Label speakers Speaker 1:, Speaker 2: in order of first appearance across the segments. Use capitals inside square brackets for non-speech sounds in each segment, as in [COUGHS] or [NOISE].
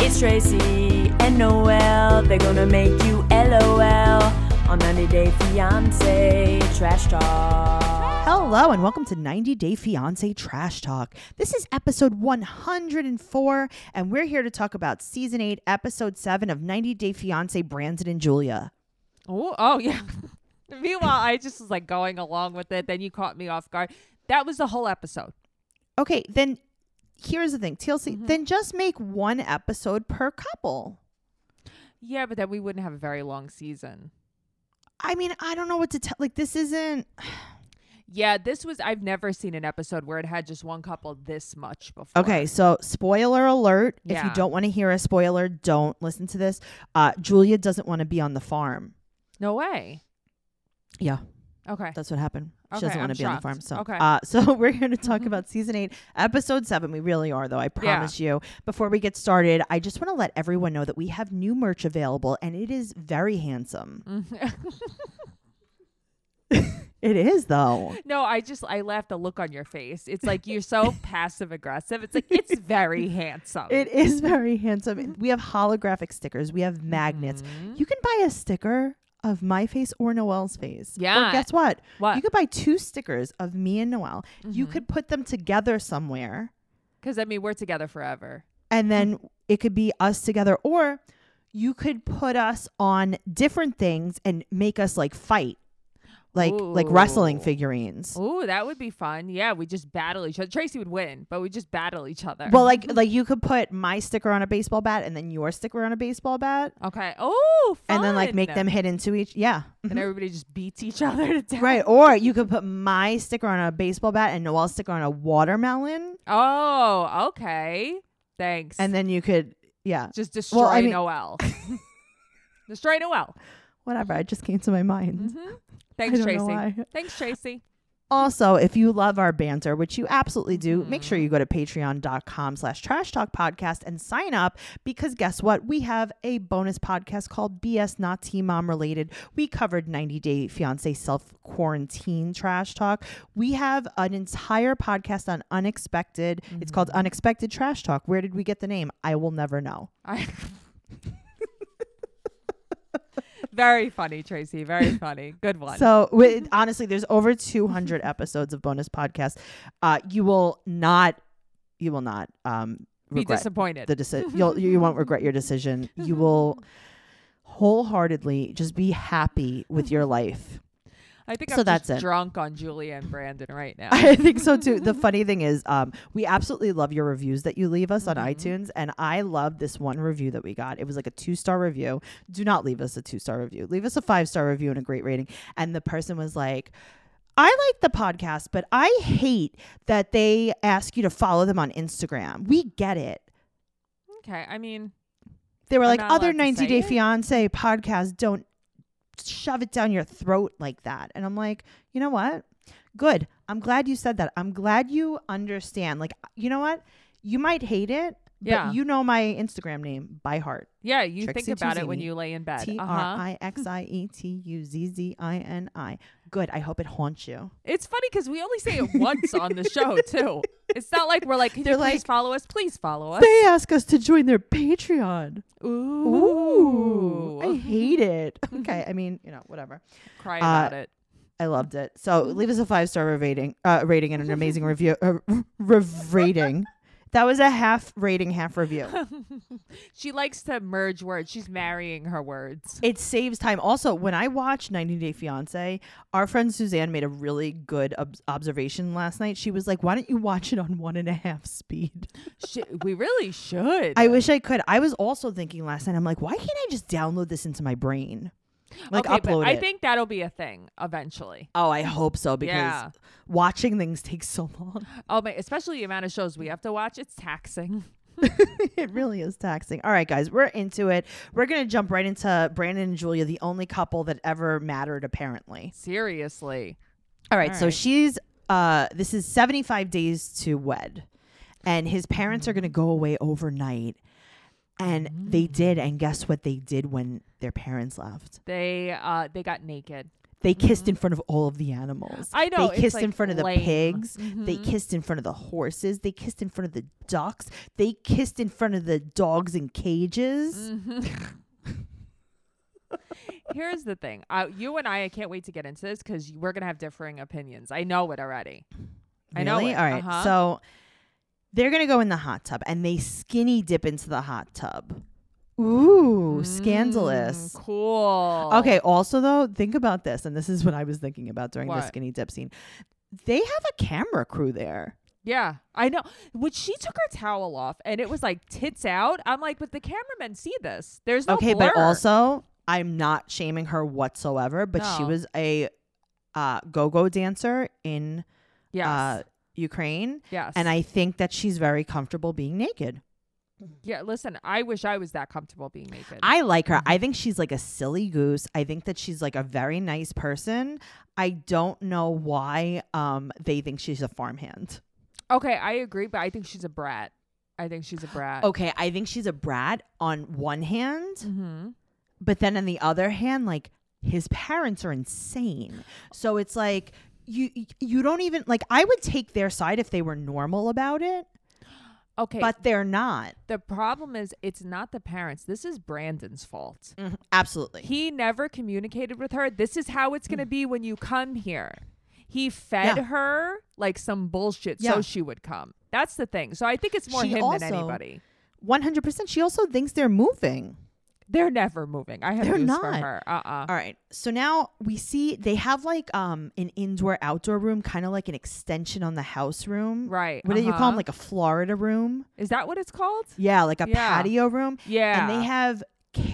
Speaker 1: It's Tracy and Noel. They're gonna make you LOL on 90 Day Fiance Trash Talk.
Speaker 2: Hello and welcome to 90 Day Fiance Trash Talk. This is episode 104, and we're here to talk about season 8, episode 7 of 90 Day Fiance Brandon and Julia.
Speaker 3: Oh, oh yeah. [LAUGHS] Meanwhile, I just was like going along with it. Then you caught me off guard. That was the whole episode.
Speaker 2: Okay, then here's the thing TLC, then just make one episode per couple.
Speaker 3: Yeah, but then we wouldn't have a very long season.
Speaker 2: I mean, I don't know what to tell. Like, this isn't.
Speaker 3: Yeah, this was I've never seen an episode where it had just one couple this much before.
Speaker 2: Okay, so spoiler alert. If you
Speaker 3: Yeah.
Speaker 2: don't want to hear a spoiler, don't listen to this. Uh, Julia doesn't want to be on the farm.
Speaker 3: No way.
Speaker 2: Yeah.
Speaker 3: Okay.
Speaker 2: That's what happened. She
Speaker 3: Okay,
Speaker 2: doesn't want
Speaker 3: I'm
Speaker 2: to be on the
Speaker 3: shocked.
Speaker 2: farm. So,
Speaker 3: Okay.
Speaker 2: uh, [LAUGHS] so we're here to talk
Speaker 3: [LAUGHS]
Speaker 2: about season eight, episode seven. We really are, though. I promise you. Before we get started, I just want to let everyone know that we have new merch available, and it is very handsome.
Speaker 3: Mm.
Speaker 2: It is,
Speaker 3: [LAUGHS]
Speaker 2: though.
Speaker 3: [LAUGHS] no, I just I laughed the look on your face. It's like
Speaker 2: [LAUGHS]
Speaker 3: you're so passive aggressive. It's like it's very handsome.
Speaker 2: It is very
Speaker 3: [LAUGHS]
Speaker 2: handsome. We have holographic stickers. We have magnets.
Speaker 3: Mm-hmm.
Speaker 2: You can buy a sticker of my face or Noel's face. Or
Speaker 3: Yeah.
Speaker 2: guess what?
Speaker 3: What?
Speaker 2: You could buy two stickers of me and Noel. You
Speaker 3: Mm-hmm.
Speaker 2: could put them together somewhere.
Speaker 3: Cuz I mean, we're together forever.
Speaker 2: and
Speaker 3: Mm-hmm.
Speaker 2: then it could be us together or you could put us on different things and make us like fight like like wrestling
Speaker 3: Ooh.
Speaker 2: figurines
Speaker 3: Ooh, that would be fun. Yeah, we just battle each other. Tracy would win, but we just battle each other.
Speaker 2: well like like you could put my sticker on a baseball bat and then your sticker on a baseball bat
Speaker 3: Okay. Oh, fun. Mm-hmm.
Speaker 2: and then like make them hit into each yeah [LAUGHS]
Speaker 3: and everybody just beats each [LAUGHS] other to death.
Speaker 2: right or you could put my sticker on a baseball bat and noel's sticker on a watermelon
Speaker 3: Oh, okay. Thanks.
Speaker 2: and then you could yeah
Speaker 3: just destroy
Speaker 2: well, I mean-
Speaker 3: Noel.
Speaker 2: [LAUGHS]
Speaker 3: [LAUGHS] destroy Noel.
Speaker 2: whatever i just came to my mind
Speaker 3: Mm-hmm. Thanks,
Speaker 2: don't know
Speaker 3: Tracy.
Speaker 2: why.
Speaker 3: Thanks, Tracy.
Speaker 2: Also, if you love our banter, which you absolutely do, make sure you go to patreon.com slash trash talk podcast and sign up because guess what? We have a bonus podcast called BS Not Teen Mom Related. We covered 90 Day Fiance Self Quarantine Trash Talk. We have an entire podcast on unexpected. It's called Unexpected Trash Talk. Where did we get the name? I will never know.
Speaker 3: I-
Speaker 2: [LAUGHS]
Speaker 3: Very funny, Tracy. Very
Speaker 2: [LAUGHS]
Speaker 3: funny. Good one.
Speaker 2: So with, honestly, there's over 200 episodes of bonus podcast. Uh, you will not, you will not um,
Speaker 3: Be
Speaker 2: regret
Speaker 3: disappointed.
Speaker 2: the decision. You'll you won't regret your decision. You will wholeheartedly just be happy with your life. [LAUGHS]
Speaker 3: I think
Speaker 2: so
Speaker 3: I'm just
Speaker 2: that's it.
Speaker 3: drunk on Julia and Brandon right
Speaker 2: [LAUGHS]
Speaker 3: now.
Speaker 2: I think so too. The funny thing is, um, we absolutely love your reviews that you leave us on iTunes, and I love this one review that we got. It was like a two star review. Do not leave us a two star review. Leave us a five star review and a great rating. And the person was like. I like the podcast, but I hate that they ask you to follow them on Instagram. We get it.
Speaker 3: okay. I mean,
Speaker 2: They were
Speaker 3: I'm
Speaker 2: like
Speaker 3: not
Speaker 2: other
Speaker 3: allowed
Speaker 2: 90
Speaker 3: to say
Speaker 2: Day
Speaker 3: it?
Speaker 2: Fiance podcasts don't shove it down your throat like that. And I'm like, you know what? Good. I'm glad you said that. I'm glad you understand. Like, you know what? You might hate it, but
Speaker 3: Yeah.
Speaker 2: you know my Instagram name by heart.
Speaker 3: yeah, you
Speaker 2: Trixie
Speaker 3: think about it when
Speaker 2: Tuzzini.
Speaker 3: you lay in bed.
Speaker 2: T R
Speaker 3: Uh-huh.
Speaker 2: I X I E T U Z Z I N I. Good. I hope it haunts you.
Speaker 3: It's funny because we only
Speaker 2: [LAUGHS]
Speaker 3: say it once on the show too. It's not like we're like, can
Speaker 2: They're
Speaker 3: you please
Speaker 2: like,
Speaker 3: follow us? Please follow us.
Speaker 2: They ask us to join their Patreon. Ooh. I hate it. Okay. I mean, you know, whatever. Uh,
Speaker 3: Cry about it.
Speaker 2: I loved it. So
Speaker 3: Mm-hmm.
Speaker 2: leave us a five star rating, uh, rating and an
Speaker 3: [LAUGHS]
Speaker 2: amazing review uh, rev- rating. That was a half rating, half review.
Speaker 3: [LAUGHS] She likes to merge words. She's marrying her words.
Speaker 2: It saves time. Also, when I watch 90 Day Fiance, our friend Suzanne made a really good ob- observation last night. She was like, "Why don't you watch it on one and a half speed?"
Speaker 3: Sh we really should.
Speaker 2: I wish I could. I was also thinking last night. I'm like, "Why can't I just download this into my brain, like
Speaker 3: Okay, but
Speaker 2: upload
Speaker 3: I
Speaker 2: it?"
Speaker 3: think that'll be a thing eventually.
Speaker 2: oh, I hope so because
Speaker 3: Yeah.
Speaker 2: watching things takes so long.
Speaker 3: Oh my! Especially the amount of shows we have to watch. It's taxing. [LAUGHS]
Speaker 2: it really is taxing. All right, guys, we're into it. We're going to jump right into Brandon and Julia, the only couple that ever mattered, apparently.
Speaker 3: Seriously.
Speaker 2: All right,
Speaker 3: All
Speaker 2: so
Speaker 3: right.
Speaker 2: she's, uh, this is 75 days to wed, and his parents are going to go away overnight. And they did. And guess what they did when their parents left?
Speaker 3: They uh they got naked.
Speaker 2: They kissed in front of all of the animals.
Speaker 3: I know,
Speaker 2: They
Speaker 3: it's,
Speaker 2: kissed in
Speaker 3: like,
Speaker 2: front of the
Speaker 3: lame. Mm-hmm.
Speaker 2: pigs. They kissed in front of the horses. They kissed in front of the ducks. They kissed in front of the dogs in cages.
Speaker 3: Mm-hmm. [LAUGHS] Here's the thing. Uh, you and I, I can't wait to get into this because we're going to have differing opinions. I know it already. I know
Speaker 2: Really?
Speaker 3: it.
Speaker 2: All right.
Speaker 3: Uh-huh.
Speaker 2: So they're gonna go in the hot tub and they skinny dip into the hot tub. Ooh, scandalous.
Speaker 3: Mm, cool.
Speaker 2: Okay, also though, think about this, and this is what I was thinking about during the
Speaker 3: What?
Speaker 2: skinny dip scene. They have a camera crew there.
Speaker 3: Yeah, I know. When she took her towel off and it was like tits out, I'm like, but the cameramen see this. There's no
Speaker 2: okay, but
Speaker 3: blur."
Speaker 2: also I'm not shaming her whatsoever, but she
Speaker 3: No.
Speaker 2: was a uh, go-go dancer in
Speaker 3: yes,
Speaker 2: uh, Ukraine,
Speaker 3: yes.
Speaker 2: and I think that she's very comfortable being naked.
Speaker 3: yeah. Listen, I wish I was that comfortable being naked.
Speaker 2: I like her. I think she's like a silly goose. I think that she's like a very nice person. I don't know why um they think she's a farmhand.
Speaker 3: okay, I agree, but I think she's a brat. I think she's a brat.
Speaker 2: Okay, I think she's a brat on one hand,
Speaker 3: hmm
Speaker 2: but then on the other hand, like his parents are insane. So it's like you you don't even like I would take their side if they were normal about it,
Speaker 3: Okay, but
Speaker 2: but they're not.
Speaker 3: the problem is, it's not the parents. This is Brandon's fault.
Speaker 2: Mm-hmm. Absolutely.
Speaker 3: He never communicated with her. This is how it's going to be when you come here. He fed
Speaker 2: Mm. Yeah.
Speaker 3: her like some bullshit
Speaker 2: Yeah.
Speaker 3: so she would come. That's the thing. So I think it's more
Speaker 2: She
Speaker 3: him
Speaker 2: also-
Speaker 3: than anybody.
Speaker 2: 100%. She also thinks they're moving.
Speaker 3: They're never moving. I have
Speaker 2: They're
Speaker 3: news for
Speaker 2: not.
Speaker 3: her. Uh-uh.
Speaker 2: All right. So now we see they have like um an indoor outdoor room, kind of like an extension on the house room.
Speaker 3: Right.
Speaker 2: What do you call them?
Speaker 3: uh-huh.
Speaker 2: Like a Florida room?
Speaker 3: Is that what it's called?
Speaker 2: Yeah, like a
Speaker 3: Yeah.
Speaker 2: patio room.
Speaker 3: Yeah. Mm-hmm.
Speaker 2: And they have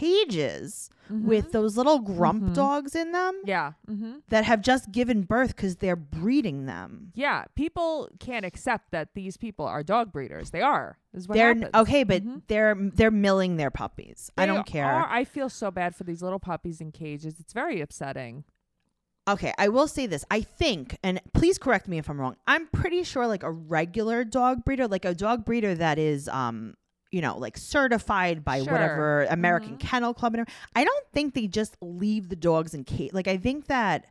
Speaker 2: cages with those little grump dogs in them
Speaker 3: Yeah. hmm
Speaker 2: that have just given birth because they're breeding them.
Speaker 3: Yeah. People can't accept that these people are dog breeders. They are. This is what
Speaker 2: they're
Speaker 3: happens. Mm-hmm.
Speaker 2: okay, but they're they're milling their puppies. I
Speaker 3: They
Speaker 2: don't care.
Speaker 3: are- I feel so bad for these little puppies in cages. It's very upsetting.
Speaker 2: Okay, I will say this. I think, and please correct me if I'm wrong. I'm pretty sure like a regular dog breeder, like a dog breeder that is um, you know, like certified by
Speaker 3: Sure. Mm-hmm.
Speaker 2: whatever American Kennel Club and everything. I don't think they just leave the dogs in cage. Like I think that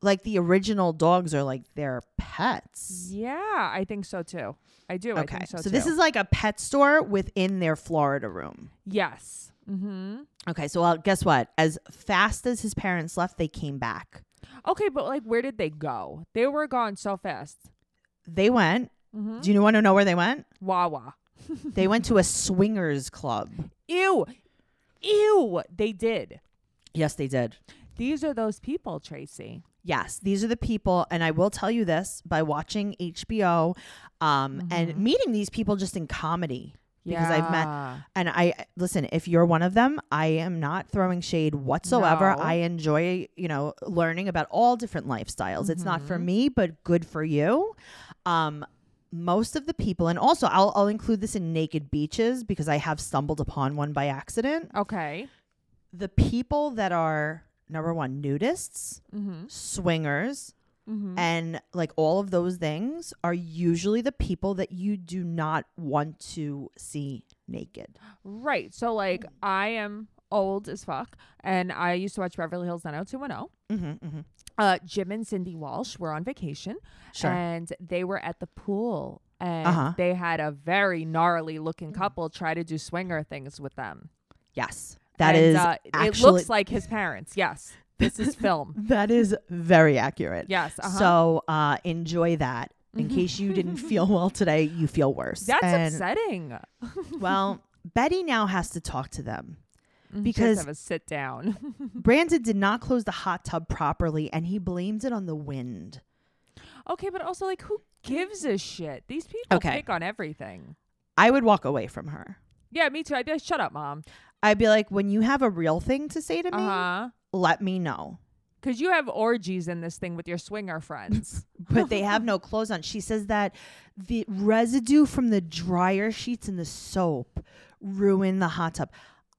Speaker 2: like the original dogs are like their pets.
Speaker 3: Yeah, I think so too. I do. I
Speaker 2: Okay.
Speaker 3: think so,
Speaker 2: so
Speaker 3: too.
Speaker 2: this is like a pet store within their Florida room.
Speaker 3: yes. Mm-hmm.
Speaker 2: Okay, so well, guess what? As fast as his parents left, they came back.
Speaker 3: Okay, but like, where did they go? They were gone so fast.
Speaker 2: They went.
Speaker 3: Mhm.
Speaker 2: Do you want to know where they went?
Speaker 3: Wawa.
Speaker 2: They went to a swingers club.
Speaker 3: Ew. Ew. They did.
Speaker 2: Yes, they did.
Speaker 3: These are those people, Tracy.
Speaker 2: Yes, these are the people, and I will tell you this by watching HBO um, and meeting these people just in comedy because I've met.
Speaker 3: Yeah.
Speaker 2: And I listen. If you're one of them, I am not throwing shade whatsoever.
Speaker 3: No.
Speaker 2: I enjoy, you know, learning about all different lifestyles. It's not for me, but good for you. Um, most of the people, and also I'll, I'll include this in Naked Beaches because I have stumbled upon one by accident.
Speaker 3: Okay.
Speaker 2: the people that are number one nudists
Speaker 3: Mm-hmm.
Speaker 2: swingers
Speaker 3: Mm-hmm.
Speaker 2: and like all of those things are usually the people that you do not want to see naked
Speaker 3: Right. So like, I am old as fuck, and I used to watch Beverly Hills 90210.
Speaker 2: mm-hmm, mm-hmm.
Speaker 3: Uh, Jim and Cindy Walsh were on vacation,
Speaker 2: Sure.
Speaker 3: and they were at the pool, and
Speaker 2: Uh-huh.
Speaker 3: they had a very gnarly looking couple try to do swinger things with them.
Speaker 2: yes that
Speaker 3: And,
Speaker 2: is
Speaker 3: uh, it
Speaker 2: actually
Speaker 3: looks like his parents. Yes,
Speaker 2: [LAUGHS]
Speaker 3: this is film.
Speaker 2: that is very accurate
Speaker 3: Yes, uh-huh. Mm-hmm.
Speaker 2: so uh enjoy that in case you
Speaker 3: [LAUGHS]
Speaker 2: didn't feel well today you feel worse
Speaker 3: That's
Speaker 2: And,
Speaker 3: upsetting. Mm,
Speaker 2: well betty now has to talk to them
Speaker 3: She has
Speaker 2: because
Speaker 3: to have a sit down. [LAUGHS]
Speaker 2: brandon did not close the hot tub properly and he blames it on the wind
Speaker 3: okay, but also like, who gives a shit? These people
Speaker 2: Okay.
Speaker 3: pick on everything.
Speaker 2: i would walk away from her
Speaker 3: Yeah, me too. I'd be like, shut up, mom.
Speaker 2: I'd be like, when you have a real thing to say to me,
Speaker 3: Uh huh.
Speaker 2: let me know.
Speaker 3: Because you have orgies in this thing with your swinger friends.
Speaker 2: [LAUGHS] But they have no clothes on. She says that the residue from the dryer sheets and the soap ruin the hot tub.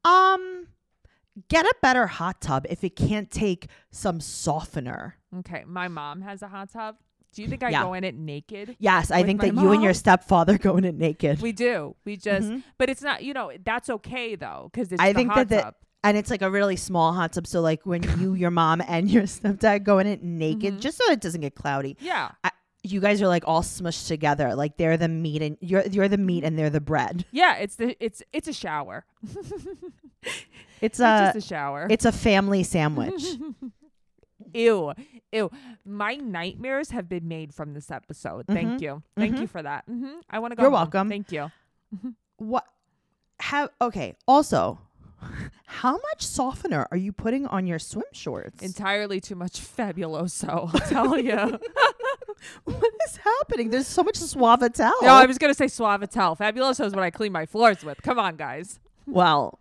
Speaker 2: Um, get a better hot tub if it can't take some softener.
Speaker 3: okay, my mom has a hot tub. Do you think I
Speaker 2: Yeah.
Speaker 3: go in it naked?
Speaker 2: Yes, I
Speaker 3: With
Speaker 2: think
Speaker 3: my
Speaker 2: that you and your
Speaker 3: mom?
Speaker 2: stepfather [LAUGHS] go in it naked.
Speaker 3: We do. We just, but it's not, you know, that's okay though, because it's
Speaker 2: Mm-hmm. I
Speaker 3: the
Speaker 2: think
Speaker 3: hot
Speaker 2: that that
Speaker 3: tub.
Speaker 2: and it's like a really small hot tub. So like when you, your mom, and your [LAUGHS] stepdad go in it naked,
Speaker 3: Mm-hmm.
Speaker 2: just so it doesn't get cloudy.
Speaker 3: Yeah.
Speaker 2: I, you guys are like all smushed together. Like they're the meat and you're you're the meat and they're the bread.
Speaker 3: Yeah, it's the it's it's a shower.
Speaker 2: It's
Speaker 3: it's
Speaker 2: a
Speaker 3: just a shower.
Speaker 2: it's a family
Speaker 3: [LAUGHS]
Speaker 2: sandwich.
Speaker 3: ew, ew. My nightmares have been made from this episode. Thank you, thank you for that. hmm I want to
Speaker 2: Mm-hmm.
Speaker 3: go.
Speaker 2: You're
Speaker 3: home.
Speaker 2: welcome.
Speaker 3: Thank you.
Speaker 2: what have okay, also how much softener are you putting on your swim shorts?
Speaker 3: Entirely too much fabuloso. I'll tell you.
Speaker 2: [LAUGHS] what is happening? There's so much suavitel.
Speaker 3: No, I was gonna say Suavitel. Fabuloso is what I clean my floors with. Come on, guys.
Speaker 2: well,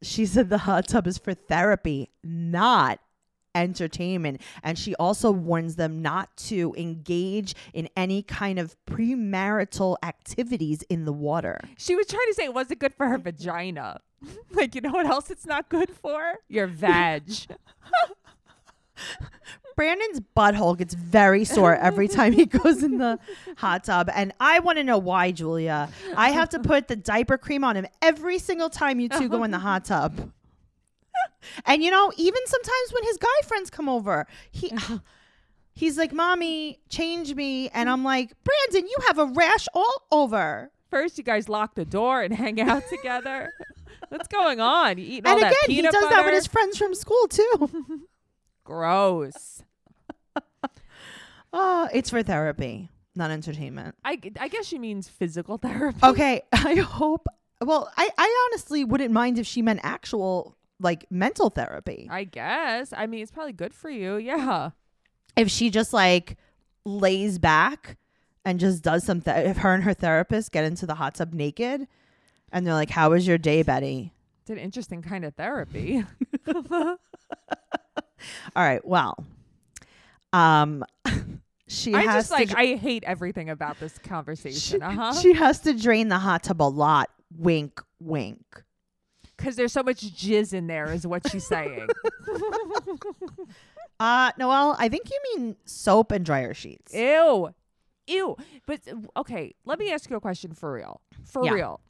Speaker 2: she said the hot tub is for therapy, not entertainment. And she also warns them not to engage in any kind of premarital activities in the water.
Speaker 3: She was trying to say, was it good for her vagina? [LAUGHS] like, you know what else it's not good for? Your vag.
Speaker 2: Brandon's butthole gets very sore every time
Speaker 3: [LAUGHS]
Speaker 2: he goes in the hot tub. And I want to know why, Julia. I have to put the diaper cream on him every single time you two go in the hot
Speaker 3: [LAUGHS]
Speaker 2: tub. And you know, even sometimes when his guy friends come over, he
Speaker 3: Uh-huh.
Speaker 2: [SIGHS] he's like, Mommy, change me. And I'm like,
Speaker 3: Mm-hmm.
Speaker 2: Brandon, you have a rash all over.
Speaker 3: First, you guys lock the door and [LAUGHS] hang out together. What's going on? You eating all
Speaker 2: and again,
Speaker 3: that
Speaker 2: he
Speaker 3: peanut
Speaker 2: does that with
Speaker 3: butter?
Speaker 2: his friends from school
Speaker 3: [LAUGHS]
Speaker 2: too.
Speaker 3: Gross.
Speaker 2: oh, it's for therapy, not entertainment.
Speaker 3: I, I guess she means physical [LAUGHS] therapy.
Speaker 2: Okay, [LAUGHS] I hope. Well, I, I honestly wouldn't mind if she meant actual like mental therapy.
Speaker 3: I guess. I mean, it's probably good for you. Yeah.
Speaker 2: If she just like lays back and just does something, if her and her therapist get into the hot tub naked and they're like, How was your day, Betty?
Speaker 3: It's an interesting kind of therapy.
Speaker 2: All right, well, um, [LAUGHS] she
Speaker 3: [LAUGHS] I
Speaker 2: has
Speaker 3: just
Speaker 2: to
Speaker 3: like,
Speaker 2: dr-
Speaker 3: I hate everything about this conversation. Uh huh.
Speaker 2: she has to drain the hot tub a lot. Wink, wink.
Speaker 3: Because there's so much jizz in there, is what
Speaker 2: [LAUGHS]
Speaker 3: she's saying.
Speaker 2: Uh, Noelle, I think you mean soap and dryer sheets.
Speaker 3: Ew. Ew. But uh, okay, let me ask you a question for real. For
Speaker 2: Yeah.
Speaker 3: real.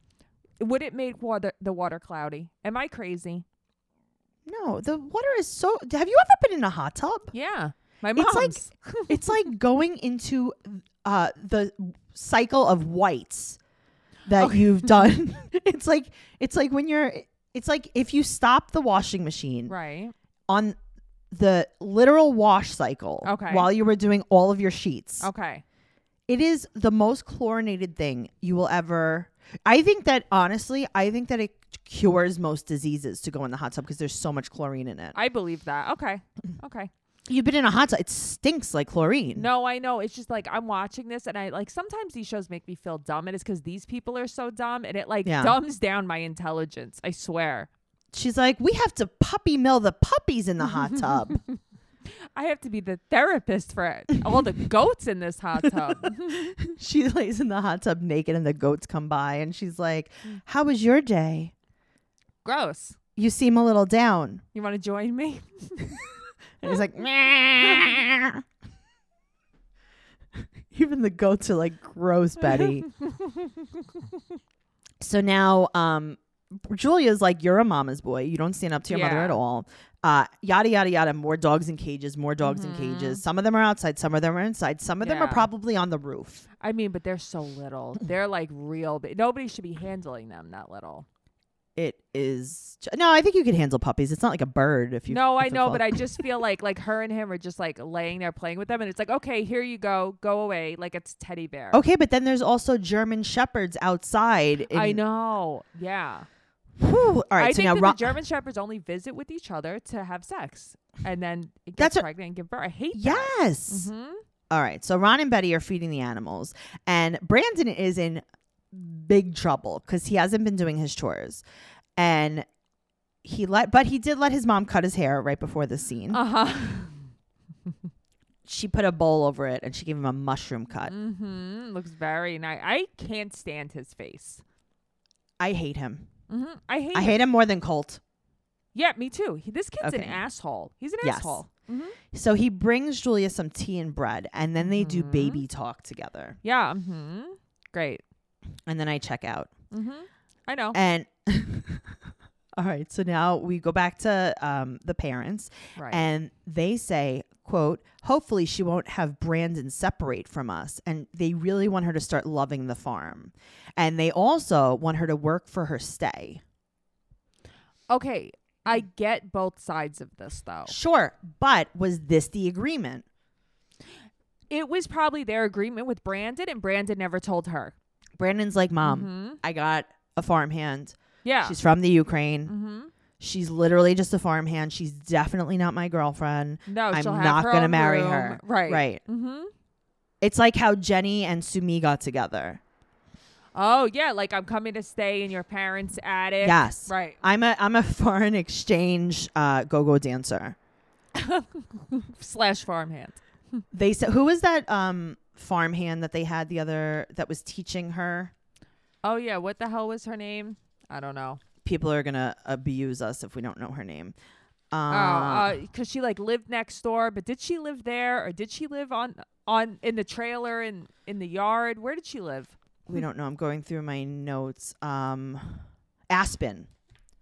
Speaker 3: Would it make water the water cloudy? Am I crazy?
Speaker 2: no, the water is so. Have you ever been in a hot tub?
Speaker 3: Yeah. My mom's.
Speaker 2: It's like- it's like going into uh the cycle of whites that you've
Speaker 3: [LAUGHS]
Speaker 2: done it's like it's like when you're it's like if you stop the washing machine
Speaker 3: right.
Speaker 2: on the literal wash cycle
Speaker 3: Okay.
Speaker 2: while you were doing all of your sheets
Speaker 3: Okay.
Speaker 2: it is the most chlorinated thing you will ever i think that honestly i think that it cures most diseases to go in the hot tub because there's so much chlorine in it
Speaker 3: I believe that. Okay.
Speaker 2: [COUGHS]
Speaker 3: Okay.
Speaker 2: you've been in a hot tub it stinks like chlorine
Speaker 3: No, I know. It's just like I'm watching this and I like sometimes these shows make me feel dumb and it's cuz these people are so dumb and it like
Speaker 2: Yeah.
Speaker 3: dumbs down my intelligence. I swear.
Speaker 2: She's like, we have to puppy mill the puppies in the hot tub. [LAUGHS]
Speaker 3: I have to be the therapist for all
Speaker 2: [LAUGHS]
Speaker 3: the goats in this hot tub. [LAUGHS]
Speaker 2: she lays in the hot tub naked, and the goats come by, and she's like, "How was your day?
Speaker 3: Gross.
Speaker 2: You seem a little down."
Speaker 3: You want to join me?
Speaker 2: And he's like,
Speaker 3: [LAUGHS]
Speaker 2: "Meow." even the goats are like, "Gross, Betty." [LAUGHS] so now, um, Julia's like, "You're a mama's boy. You don't stand up to your mother
Speaker 3: Yeah.
Speaker 2: at all." Uh, yada yada yada. More dogs in cages. More dogs in cages. Some of them are outside. Some of them are inside. Some of them are
Speaker 3: Mm-hmm. Yeah.
Speaker 2: probably on the roof.
Speaker 3: I mean, but they're so little. They're like real big. Nobody should be handling them that little.
Speaker 2: it is no i think you could handle puppies it's not like a bird if you
Speaker 3: no,
Speaker 2: if
Speaker 3: I
Speaker 2: it
Speaker 3: know,
Speaker 2: fall-
Speaker 3: but I just feel like like her and him are just like laying there playing with them, and it's like, okay, here you go, go away, like it's teddy bear.
Speaker 2: okay but then there's also german shepherds outside in,
Speaker 3: I know. Yeah.
Speaker 2: Whew. all right
Speaker 3: I
Speaker 2: so
Speaker 3: think
Speaker 2: now
Speaker 3: that
Speaker 2: Ro-
Speaker 3: the German shepherds only visit with each other to have sex, and then it
Speaker 2: That's
Speaker 3: gets
Speaker 2: what-
Speaker 3: pregnant and give birth. I hate that.
Speaker 2: yes
Speaker 3: Mhm.
Speaker 2: All right so ron and betty are feeding the animals and brandon is in big trouble because he hasn't been doing his chores and he let but he did let his mom cut his hair right before the scene
Speaker 3: Uh huh.
Speaker 2: she put a bowl over it and she gave him a mushroom
Speaker 3: [LAUGHS]
Speaker 2: cut
Speaker 3: hmm Looks very nice. I can't stand his face.
Speaker 2: i hate him
Speaker 3: hmm I hate.
Speaker 2: i
Speaker 3: him.
Speaker 2: hate him more than colt
Speaker 3: Yeah, me too. He, this kid's
Speaker 2: Okay.
Speaker 3: an asshole. He's an
Speaker 2: Yes.
Speaker 3: asshole. hmm
Speaker 2: So he brings Julia some tea and bread, and then they do baby talk together.
Speaker 3: Yeah. hmm Great. Mm-hmm. Oh.
Speaker 2: And [LAUGHS] then I check out.
Speaker 3: hmm I know.
Speaker 2: And All right. So now we go back to um, the parents,
Speaker 3: Right.
Speaker 2: and they say, "quote Hopefully, she won't have Brandon separate from us." And they really want her to start loving the farm, and they also want her to work for her stay.
Speaker 3: Okay, I
Speaker 2: Mm.
Speaker 3: get both sides of this though.
Speaker 2: Sure, but was this the agreement?
Speaker 3: It was probably their agreement with Brandon, and Brandon never told her.
Speaker 2: Brandon's like, "Mom,
Speaker 3: Mhm.
Speaker 2: I got a farmhand.
Speaker 3: Yeah.
Speaker 2: Um, She's from the Ukraine.
Speaker 3: mm-hmm.
Speaker 2: She's literally just a farmhand. She's definitely not my girlfriend."
Speaker 3: No,
Speaker 2: I'm
Speaker 3: she'll have
Speaker 2: not
Speaker 3: her
Speaker 2: gonna
Speaker 3: own
Speaker 2: marry
Speaker 3: room.
Speaker 2: her.
Speaker 3: Right.
Speaker 2: Right.
Speaker 3: Mm-hmm.
Speaker 2: It's like how Jenny and Sumi got together.
Speaker 3: Oh yeah, like I'm coming to stay in your parents' attic.
Speaker 2: Yes.
Speaker 3: Right.
Speaker 2: I'm a I'm a [LAUGHS] foreign exchange uh, go-go dancer.
Speaker 3: Slash farmhand.
Speaker 2: They said who was that um farmhand that they had the other that was teaching her?
Speaker 3: Oh yeah, what the hell was her name? I don't know.
Speaker 2: People are gonna abuse us if we don't know her name. Uh,
Speaker 3: Oh, uh, cause she like lived next door, but did she live there or did she live on on in the trailer in in the yard? Where did she live?
Speaker 2: we don't know. I'm going through my notes. Um, Aspen.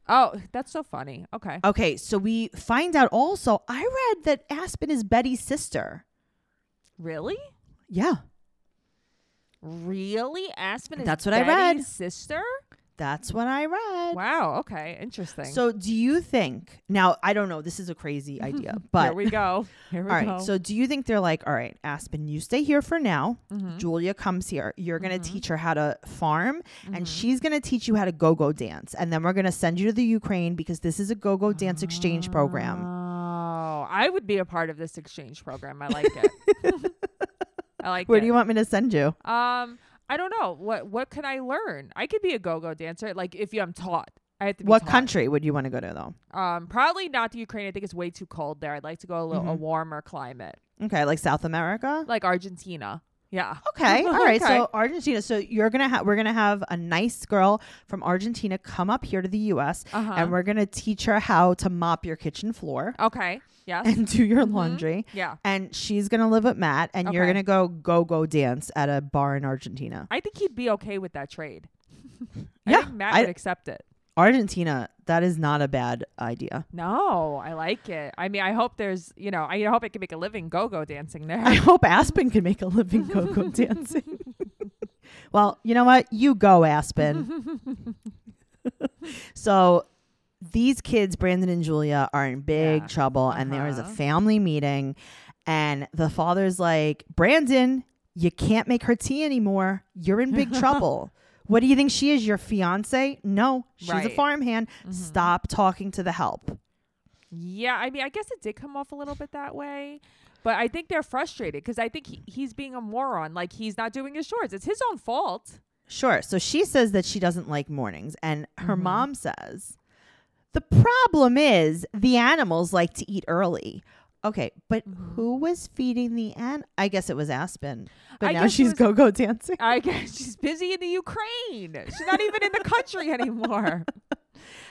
Speaker 3: Oh, that's so funny. Okay.
Speaker 2: Okay, so we find out also. I read that Aspen is Betty's sister.
Speaker 3: Really?
Speaker 2: Yeah,
Speaker 3: Really? Aspen is
Speaker 2: That's what I read.
Speaker 3: Betty's sister?
Speaker 2: that's what I read.
Speaker 3: Wow, okay. Interesting.
Speaker 2: So do you think now? I don't know. This is a crazy idea, but
Speaker 3: [LAUGHS] here we go. Here we
Speaker 2: All right.
Speaker 3: go.
Speaker 2: So do you think they're like, all right, Aspen, you stay here for now.
Speaker 3: Mhm.
Speaker 2: Julia comes here. You're going to
Speaker 3: Mm-hmm.
Speaker 2: teach her how to farm, and
Speaker 3: Mhm.
Speaker 2: she's going to teach you how to go go dance. And then we're going to send you to the Ukraine because this is a go go dance exchange program.
Speaker 3: Oh, I would be a part of this exchange program. I like it.
Speaker 2: [LAUGHS]
Speaker 3: I like
Speaker 2: Where
Speaker 3: it.
Speaker 2: do you want me to send you?
Speaker 3: Um, I don't know. What what could I learn? I could be a go-go dancer. Like if you, I'm taught, I have to. Be
Speaker 2: What
Speaker 3: taught.
Speaker 2: country would you want to go to, though?
Speaker 3: Um, probably not the Ukraine. I think it's way too cold there. I'd like to go a little a
Speaker 2: Mhm.
Speaker 3: warmer climate,
Speaker 2: Okay, like South America.
Speaker 3: like Argentina. Yeah. [LAUGHS]
Speaker 2: Okay. All right.
Speaker 3: Okay.
Speaker 2: So Argentina. So you're gonna have we're gonna have a nice girl from Argentina come up here to the U.S.
Speaker 3: Uh-huh.
Speaker 2: and we're gonna teach her how to mop your kitchen floor
Speaker 3: Okay. Yes.
Speaker 2: and do your laundry.
Speaker 3: yeah.
Speaker 2: and she's gonna live with Matt, and you're
Speaker 3: Mm-hmm. Okay.
Speaker 2: gonna go go go dance at a bar in Argentina.
Speaker 3: I think he'd be okay with that trade. [LAUGHS] I
Speaker 2: Yeah,
Speaker 3: think Matt
Speaker 2: I-
Speaker 3: would accept it.
Speaker 2: Argentina, that is not a bad idea.
Speaker 3: No, I like it. I mean, I hope there's, you know, I hope I can make a living go-go
Speaker 2: [LAUGHS]
Speaker 3: dancing
Speaker 2: I [LAUGHS]
Speaker 3: there.
Speaker 2: hope Aspen can make a living go [LAUGHS] go dancing. well, you know what? You go, [LAUGHS] Aspen. so these kids, Brandon and Julia, are in big
Speaker 3: Yeah.
Speaker 2: trouble, and there is a
Speaker 3: Uh-huh.
Speaker 2: family meeting, and the father's like, Brandon, you can't make her tea anymore. You're in big [LAUGHS] trouble. What do you think she is? Your fiance? No, she's a
Speaker 3: Right.
Speaker 2: farmhand. Stop talking to the help.
Speaker 3: Yeah, I mean, I guess it did come off a little bit that way, but I think they're frustrated because I think he, he's being a moron. Like he's not doing his chores. It's his own fault.
Speaker 2: Sure. So she says that she doesn't like mornings, and her
Speaker 3: Mm-hmm.
Speaker 2: mom says, The problem is the animals like to eat early. Okay, but
Speaker 3: Mm-hmm.
Speaker 2: who was feeding the an? I guess it was Aspen, but
Speaker 3: I
Speaker 2: now
Speaker 3: guess it
Speaker 2: she's
Speaker 3: was-
Speaker 2: go go dancing.
Speaker 3: I guess [LAUGHS] she's busy in the Ukraine. She's not even in the country [LAUGHS] anymore.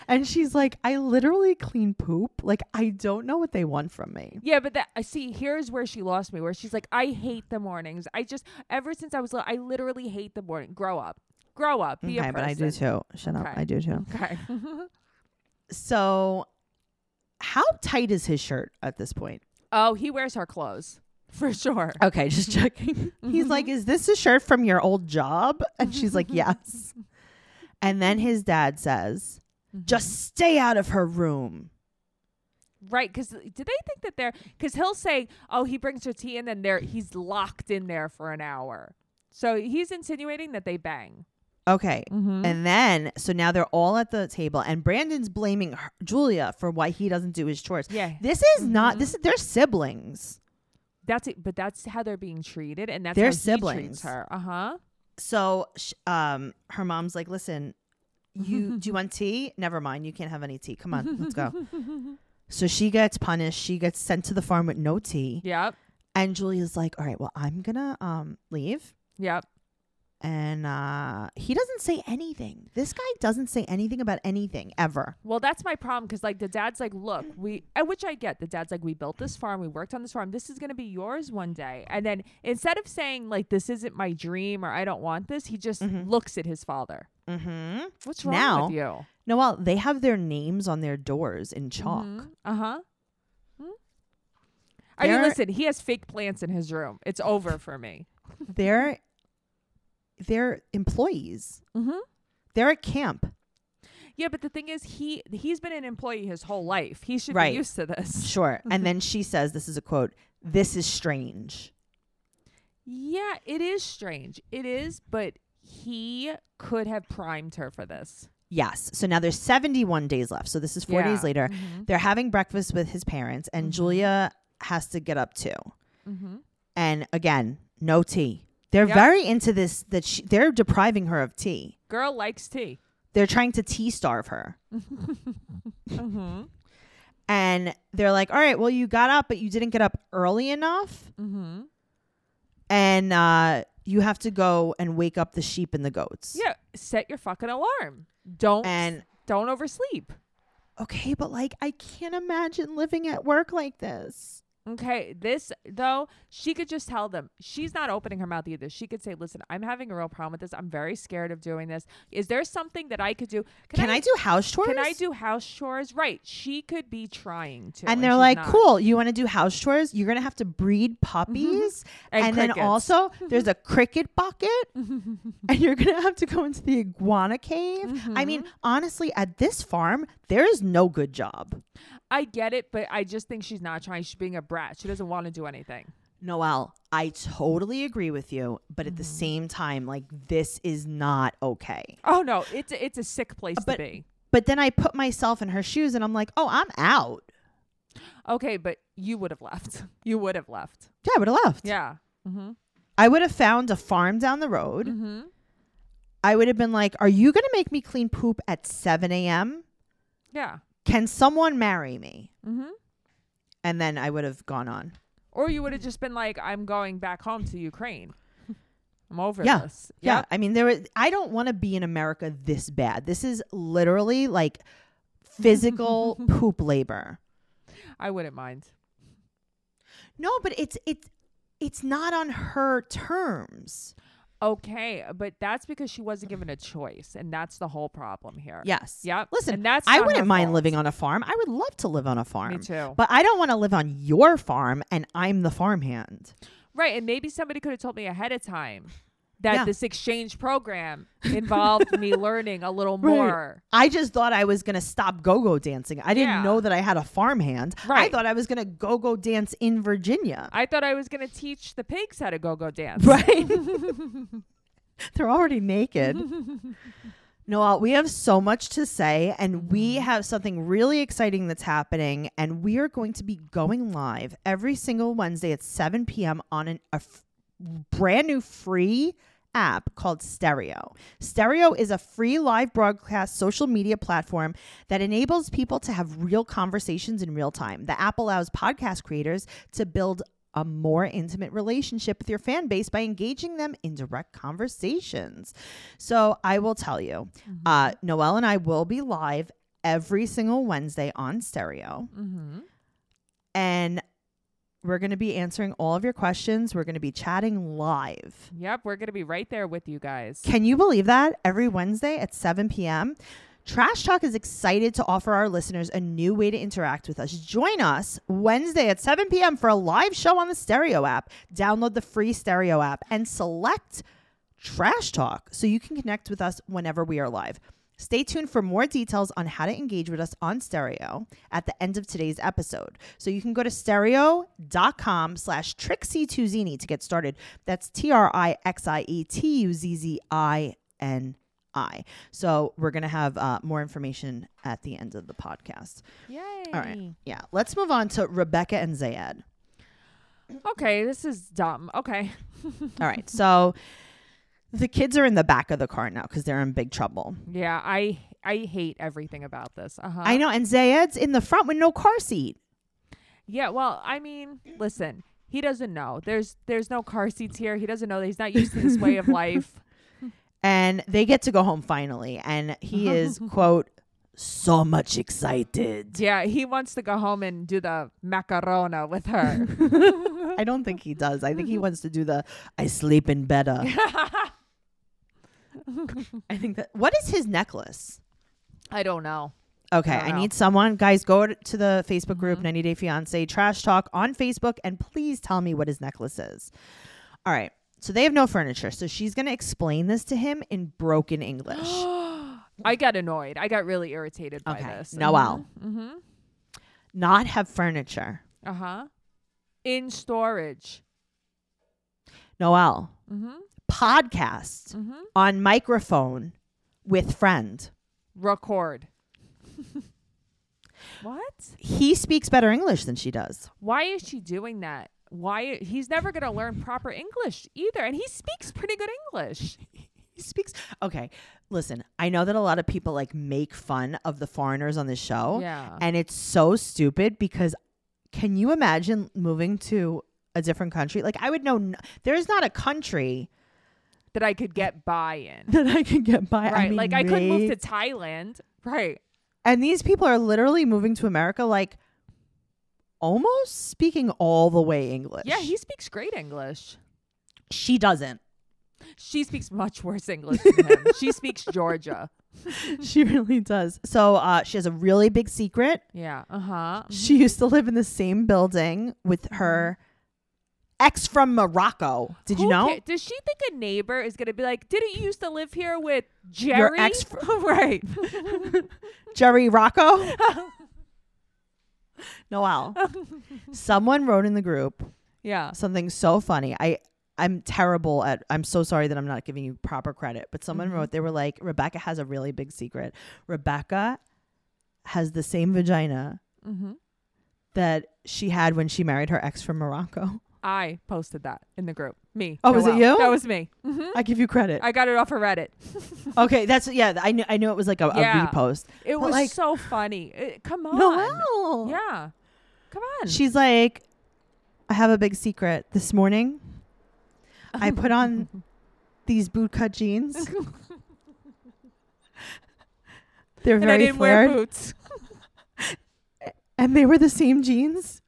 Speaker 2: And she's like, I literally clean poop. Like, I don't know what they want from me.
Speaker 3: Yeah, but that I see. Here's where she lost me. Where she's like, I hate the mornings. I just ever since I was little, I literally hate the morning. Grow up, grow up, be
Speaker 2: okay,
Speaker 3: a person.
Speaker 2: but I do too. Shut up.
Speaker 3: Okay.
Speaker 2: I do too. [LAUGHS]
Speaker 3: Okay.
Speaker 2: So, how tight is his shirt at this point?
Speaker 3: oh, he wears her clothes [LAUGHS] for sure.
Speaker 2: Okay, just checking. He's like, Is this a shirt from your old job? And she's like, Yes. And then his dad says, Just stay out of her room.
Speaker 3: Right, because do they think that they're because he'll say, "Oh, he brings her tea," and then there he's locked in there for an hour. So he's insinuating that they bang.
Speaker 2: Okay.
Speaker 3: Mm-hmm.
Speaker 2: And then, so now they're all at the table, and Brandon's blaming her, Julia for why he doesn't do his chores.
Speaker 3: Yeah.
Speaker 2: This is not, this is, they're siblings.
Speaker 3: That's it, but that's how they're being treated, and that's
Speaker 2: They're
Speaker 3: how He
Speaker 2: siblings.
Speaker 3: treats her. Uh huh.
Speaker 2: So sh- um, her mom's like, Listen, you, do you want tea? Never mind. You can't have any tea. Come on, let's
Speaker 3: [LAUGHS]
Speaker 2: go. So she gets punished. She gets sent to the farm with no tea.
Speaker 3: Yep.
Speaker 2: And Julia's like, all right, well, I'm gonna um leave.
Speaker 3: Yep.
Speaker 2: And uh he doesn't say anything. This guy doesn't say anything about anything ever.
Speaker 3: Well, that's my problem because like the dad's like, look, we, uh, which I get. The dad's like, we built this farm, we worked on this farm. This is gonna be yours one day. And then instead of saying like, this isn't my dream or I don't want this, he just looks at his father.
Speaker 2: Mm-hmm.
Speaker 3: What's wrong
Speaker 2: Now-
Speaker 3: with you?
Speaker 2: Noel, they have their names on their doors in chalk.
Speaker 3: Uh huh. Hmm? I mean,
Speaker 2: There-
Speaker 3: listen. He has fake plants in his room. It's over for me.
Speaker 2: They're they're employees.
Speaker 3: Mm-hmm.
Speaker 2: They're at camp.
Speaker 3: Yeah, but the thing is, he he's been an employee his whole life. He should
Speaker 2: Right.
Speaker 3: be used to this.
Speaker 2: Sure. And then she says, this is a quote, this is strange.
Speaker 3: Yeah, it is strange. It is, but he could have primed her for this.
Speaker 2: Yes. So now there's 71 days left. So this is 4 days
Speaker 3: Yeah. Mm-hmm.
Speaker 2: later. They're having breakfast with his parents and Julia has to get up too.
Speaker 3: Mm-hmm.
Speaker 2: And again, no tea. They're
Speaker 3: Yep.
Speaker 2: very into this that she, they're depriving her of tea.
Speaker 3: Girl likes tea.
Speaker 2: They're trying to tea starve her. And they're like, "All right, well you got up, but you didn't get up early enough."
Speaker 3: Mm-hmm.
Speaker 2: and uh, you have to go and wake up the sheep and the goats.
Speaker 3: Yeah, set your fucking alarm. Don't
Speaker 2: And
Speaker 3: don't oversleep.
Speaker 2: okay, but like I can't imagine living at work like this.
Speaker 3: Okay, this though, she could just tell them. She's not opening her mouth either. She could say, "Listen, I'm having a real problem with this. I'm very scared of doing this. Is there something that I could do?
Speaker 2: Can, I, do house chores?
Speaker 3: Can I do house chores? Right. She could be trying to.
Speaker 2: And they're
Speaker 3: she's
Speaker 2: like,
Speaker 3: not. Mm-hmm.
Speaker 2: "Cool, you want to do house chores? You're gonna have to breed puppies,
Speaker 3: And
Speaker 2: then
Speaker 3: crickets.
Speaker 2: also [LAUGHS] there's a cricket bucket, and you're gonna have to go into the iguana cave. I mean, honestly, at this farm, there is no good job.
Speaker 3: I get it, but I just think she's not trying. She's being a brat. She doesn't want to do anything.
Speaker 2: Noelle, I totally agree with you, but at the same time, like this is not okay.
Speaker 3: Oh no, it's a, it's a sick place
Speaker 2: But-
Speaker 3: to be.
Speaker 2: But then I put myself in her shoes and I'm like, oh, I'm out.
Speaker 3: Okay, but you would have left. [LAUGHS] You would have left.
Speaker 2: Yeah, I would have left.
Speaker 3: Yeah. Mm-hmm.
Speaker 2: I would have found a farm down the road.
Speaker 3: Mm-hmm.
Speaker 2: I would have been like, are you going to make me clean poop at 7 a.m.?
Speaker 3: Yeah.
Speaker 2: Can someone marry me?
Speaker 3: Mm-hmm.
Speaker 2: And then I would have gone on.
Speaker 3: Or you would have just been like, I'm going back home to Ukraine. [LAUGHS] I'm over
Speaker 2: Yeah.
Speaker 3: this.
Speaker 2: Yeah.
Speaker 3: Yep.
Speaker 2: I mean, there was, I don't want to be in America this bad. This is literally like physical [LAUGHS] poop labor.
Speaker 3: I wouldn't mind.
Speaker 2: No, but it's, it's, it's not on her terms.
Speaker 3: Okay, but that's because she wasn't given a choice, and that's the whole problem here.
Speaker 2: Yes.
Speaker 3: Yep.
Speaker 2: Listen,
Speaker 3: and that's
Speaker 2: I
Speaker 3: not her
Speaker 2: wouldn't mind
Speaker 3: fault.
Speaker 2: living on a farm. I would love to live on a farm.
Speaker 3: too.
Speaker 2: But I don't want to live on your farm and I'm the farmhand.
Speaker 3: Right, and maybe somebody could have told me ahead of time that
Speaker 2: Yeah.
Speaker 3: this
Speaker 2: [LAUGHS]
Speaker 3: exchange program involved me learning a little more.
Speaker 2: I just thought I was going to stop go-go dancing. I didn't
Speaker 3: Yeah.
Speaker 2: know that I had a farmhand. I
Speaker 3: Right.
Speaker 2: thought I was going to go-go dance in Virginia.
Speaker 3: I thought I was going to teach the pigs how to go-go [LAUGHS] dance.
Speaker 2: Right? [LAUGHS] They're already naked. Noel, we have so much to say, and we have something really exciting that's happening. And we are going to be going live every single Wednesday at 7 p.m. on an, a f- brand new free app called Stereo. Stereo is a free live broadcast social media platform that enables people to have real conversations in real time. The app allows podcast creators to build a more intimate relationship with your fan base by engaging them in direct conversations. So I will tell you, uh, Noelle and I will be live every single Wednesday on Stereo,
Speaker 3: Mm-hmm.
Speaker 2: and we're going to be answering all of your questions. We're going to be chatting live.
Speaker 3: Yep, we're going to be right there with you guys.
Speaker 2: Can you believe that? Every Wednesday at 7 p.m. Trash Talk is excited to offer our listeners a new way to interact with us. Join us Wednesday at 7 p.m. for a live show on the Stereo app. Download the free Stereo app and select Trash Talk so you can connect with us whenever we are live. Stay tuned for more details on how to engage with us on Stereo at the end of today's episode. So you can go to stereo.com slash Trixie Tuzini to get started. That's E T-R-I-X-I-E-T-U-Z-Z-I-N-I. So we're going to have uh, more information at the end of the podcast.
Speaker 3: Yay.
Speaker 2: All right. Yeah. Let's move on to Rebecca and Zayed.
Speaker 3: Okay, this is dumb. Okay.
Speaker 2: All right. So the kids are in the back of the car now because they're in big trouble.
Speaker 3: Yeah, I I hate everything about this. Uh-huh.
Speaker 2: I know. And Zayed's in the front with no car seat.
Speaker 3: Yeah, well, I mean, listen, he doesn't know. There's there's no car seats here. He doesn't know that he's not used to this way
Speaker 2: [LAUGHS]
Speaker 3: of life. [LAUGHS]
Speaker 2: and they get to go home finally and he is quote so much
Speaker 3: [LAUGHS]
Speaker 2: excited
Speaker 3: Yeah, he wants to go home and do the macarona with her.
Speaker 2: i don't think he does i think he wants to do the i sleep in better [LAUGHS] i think that what is his necklace
Speaker 3: I don't know.
Speaker 2: Okay,
Speaker 3: don't
Speaker 2: I
Speaker 3: know. Mm-hmm.
Speaker 2: need someone. Guys, go to the Facebook group 90 Day Fiance Trash Talk on Facebook and please tell me what his necklace is. All right. So they have no furniture. So she's going to explain this to him in broken English.
Speaker 3: [GASPS] [GASPS] I got annoyed. I got really irritated by
Speaker 2: okay.
Speaker 3: this.
Speaker 2: Noel,
Speaker 3: Mm-hmm.
Speaker 2: not have furniture.
Speaker 3: Uh huh. In storage.
Speaker 2: Noel,
Speaker 3: Mm-hmm.
Speaker 2: podcast
Speaker 3: Mm-hmm.
Speaker 2: on microphone with friend.
Speaker 3: Record. [LAUGHS] what?
Speaker 2: He speaks better English than she does.
Speaker 3: Why is she doing that? Why he's never going to learn proper English either, and he speaks pretty good English.
Speaker 2: He speaks. Okay. Listen, I know that a lot of people like make fun of the foreigners on this show.
Speaker 3: Yeah.
Speaker 2: And it's so stupid because can you imagine moving to a different country? Like I would know n- there's not a country
Speaker 3: That I could get by in.
Speaker 2: [LAUGHS] that I could get by. I
Speaker 3: Right.
Speaker 2: mean,
Speaker 3: like I couldn't move
Speaker 2: may-
Speaker 3: to Thailand. Right.
Speaker 2: And these people are literally moving to America like almost speaking all the way English.
Speaker 3: Yeah, he speaks great English.
Speaker 2: she [LAUGHS] doesn't.
Speaker 3: She speaks much worse English than [LAUGHS] him. she speaks Georgia.
Speaker 2: she really does. So uh, she has a really big secret.
Speaker 3: Yeah. Uh huh.
Speaker 2: She used to live in the same building with her ex from Morocco. Did you
Speaker 3: Who
Speaker 2: know?
Speaker 3: ca- does she think a neighbor is going to be like, didn't you used to live here with Jerry?
Speaker 2: Your ex fr- [LAUGHS]
Speaker 3: [LAUGHS] right.
Speaker 2: Jerry
Speaker 3: [LAUGHS]
Speaker 2: Rocco? Noel. Someone wrote in the group
Speaker 3: yeah.
Speaker 2: something so funny. I I'm terrible at I'm so sorry that I'm not giving you proper credit, but someone
Speaker 3: Mm-hmm.
Speaker 2: wrote they were like Rebecca has a really big secret. Rebecca has the same vagina
Speaker 3: Mm-hmm.
Speaker 2: that she had when she married her ex from Morocco.
Speaker 3: I posted that in the group. Me.
Speaker 2: Oh, was it
Speaker 3: Noelle.
Speaker 2: you?
Speaker 3: That was me. hmm
Speaker 2: I give you credit.
Speaker 3: I got it off of Reddit.
Speaker 2: okay, that's yeah, I knew I knew it was like a,
Speaker 3: Hmm? Yeah.
Speaker 2: a repost.
Speaker 3: It
Speaker 2: But,
Speaker 3: was
Speaker 2: like-
Speaker 3: so funny. It- come on.
Speaker 2: Noel.
Speaker 3: Yeah. Come on.
Speaker 2: She's like, I have a big secret. This morning, I put on these bootcut jeans. They're
Speaker 3: [LAUGHS] and I
Speaker 2: very
Speaker 3: didn't wear
Speaker 2: flared,
Speaker 3: boots.
Speaker 2: and they were the same
Speaker 3: [LAUGHS]
Speaker 2: jeans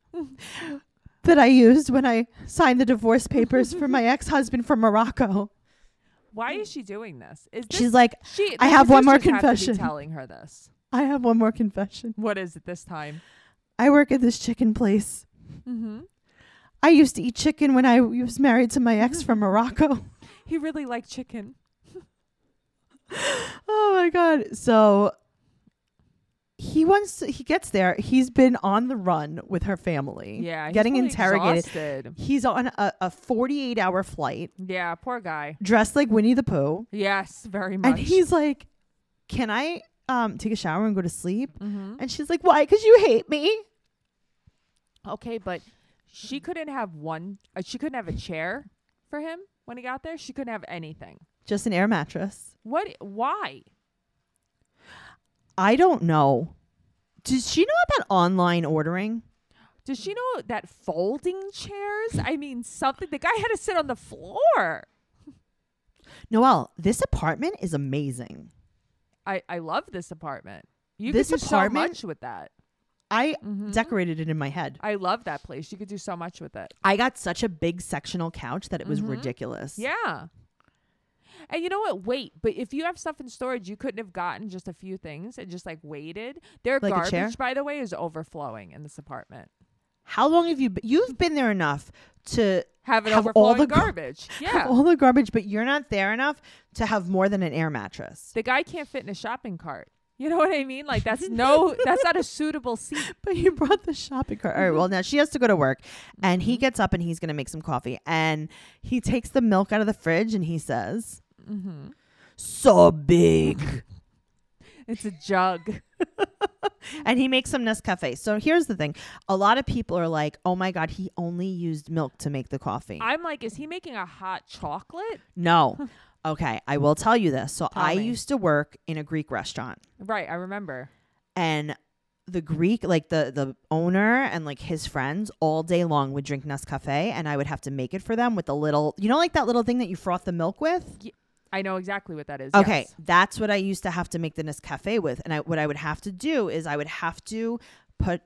Speaker 2: that I used when I signed the divorce papers for
Speaker 3: [LAUGHS]
Speaker 2: my ex-husband from Morocco.
Speaker 3: Why is she doing this? Is this
Speaker 2: She's like,
Speaker 3: she?
Speaker 2: "I
Speaker 3: the
Speaker 2: have one more
Speaker 3: producers have to be
Speaker 2: confession."
Speaker 3: telling her this.
Speaker 2: I have one more confession.
Speaker 3: What is it this time?
Speaker 2: I work at this chicken place.
Speaker 3: Mm-hmm.
Speaker 2: I used to eat chicken when I was married to my ex from
Speaker 3: [LAUGHS]
Speaker 2: Morocco.
Speaker 3: He really liked chicken.
Speaker 2: Oh my god. So he wants to, he gets there. He's been on the run with her family.
Speaker 3: Yeah, he's
Speaker 2: Getting
Speaker 3: probably
Speaker 2: interrogated.
Speaker 3: exhausted.
Speaker 2: He's on a, a 48 hour flight
Speaker 3: Yeah, poor guy.
Speaker 2: dressed like Winnie the Pooh.
Speaker 3: Yes, very much.
Speaker 2: And he's like, Can I um take a shower and go to sleep?
Speaker 3: mm-hmm.
Speaker 2: And she's like, Why? Because you hate me.
Speaker 3: okay, but she couldn't have one. Uh, she couldn't have a chair for him when he got there. She couldn't have anything.
Speaker 2: Just an air mattress.
Speaker 3: What? Why?
Speaker 2: I don't know. Does she know about online ordering?
Speaker 3: Does she know that folding chairs? I mean, something. The guy had to sit on the floor.
Speaker 2: Noelle, this apartment is amazing.
Speaker 3: I I love this apartment. You
Speaker 2: This
Speaker 3: could do
Speaker 2: apartment-
Speaker 3: so much with that.
Speaker 2: I
Speaker 3: Mhm.
Speaker 2: decorated it in my head.
Speaker 3: I love that place. You could do so much with it.
Speaker 2: I got such a big sectional couch that it was
Speaker 3: Mhm.
Speaker 2: ridiculous.
Speaker 3: Yeah. And you know what? Wait, but if you have stuff in storage, you couldn't have gotten just a few things and just like waited. Their
Speaker 2: Like a chair?
Speaker 3: garbage, by the way, is overflowing in this apartment.
Speaker 2: How long have you been? You've been there enough to
Speaker 3: Have it
Speaker 2: Have all
Speaker 3: overflowing
Speaker 2: the gar-
Speaker 3: garbage.
Speaker 2: have
Speaker 3: yeah.
Speaker 2: all the garbage, but you're not there enough to have more than an air mattress.
Speaker 3: the guy can't fit in a shopping cart. You know what I mean? Like
Speaker 2: [LAUGHS]
Speaker 3: that's no that's not a suitable seat.
Speaker 2: But you [LAUGHS] brought the shopping cart. All right.
Speaker 3: Mm-hmm.
Speaker 2: Well, now she has to go to work, and he gets up and he's going to make some coffee, and he takes the milk out of the fridge and he says,
Speaker 3: Mm-hmm.
Speaker 2: "So
Speaker 3: [LAUGHS]
Speaker 2: big," [LAUGHS]
Speaker 3: It's a jug.
Speaker 2: and he makes some Nescafe. So here's the thing: a lot of people are like, "Oh my god, he only used milk to make the coffee."
Speaker 3: I'm like, is he making a hot chocolate?
Speaker 2: no. Okay, I will tell you this. So
Speaker 3: Tell
Speaker 2: I
Speaker 3: me.
Speaker 2: used to work in a Greek restaurant.
Speaker 3: Right, I remember.
Speaker 2: and the Greek, like the the owner and like his friends, all day long would drink Nescafe, and I would have to make it for them with a little, you know, like that little thing that you froth the milk with.
Speaker 3: I know exactly what that is.
Speaker 2: Okay,
Speaker 3: yes.
Speaker 2: that's what I used to have to make the Nescafe with, and I what I would have to do is I would have to put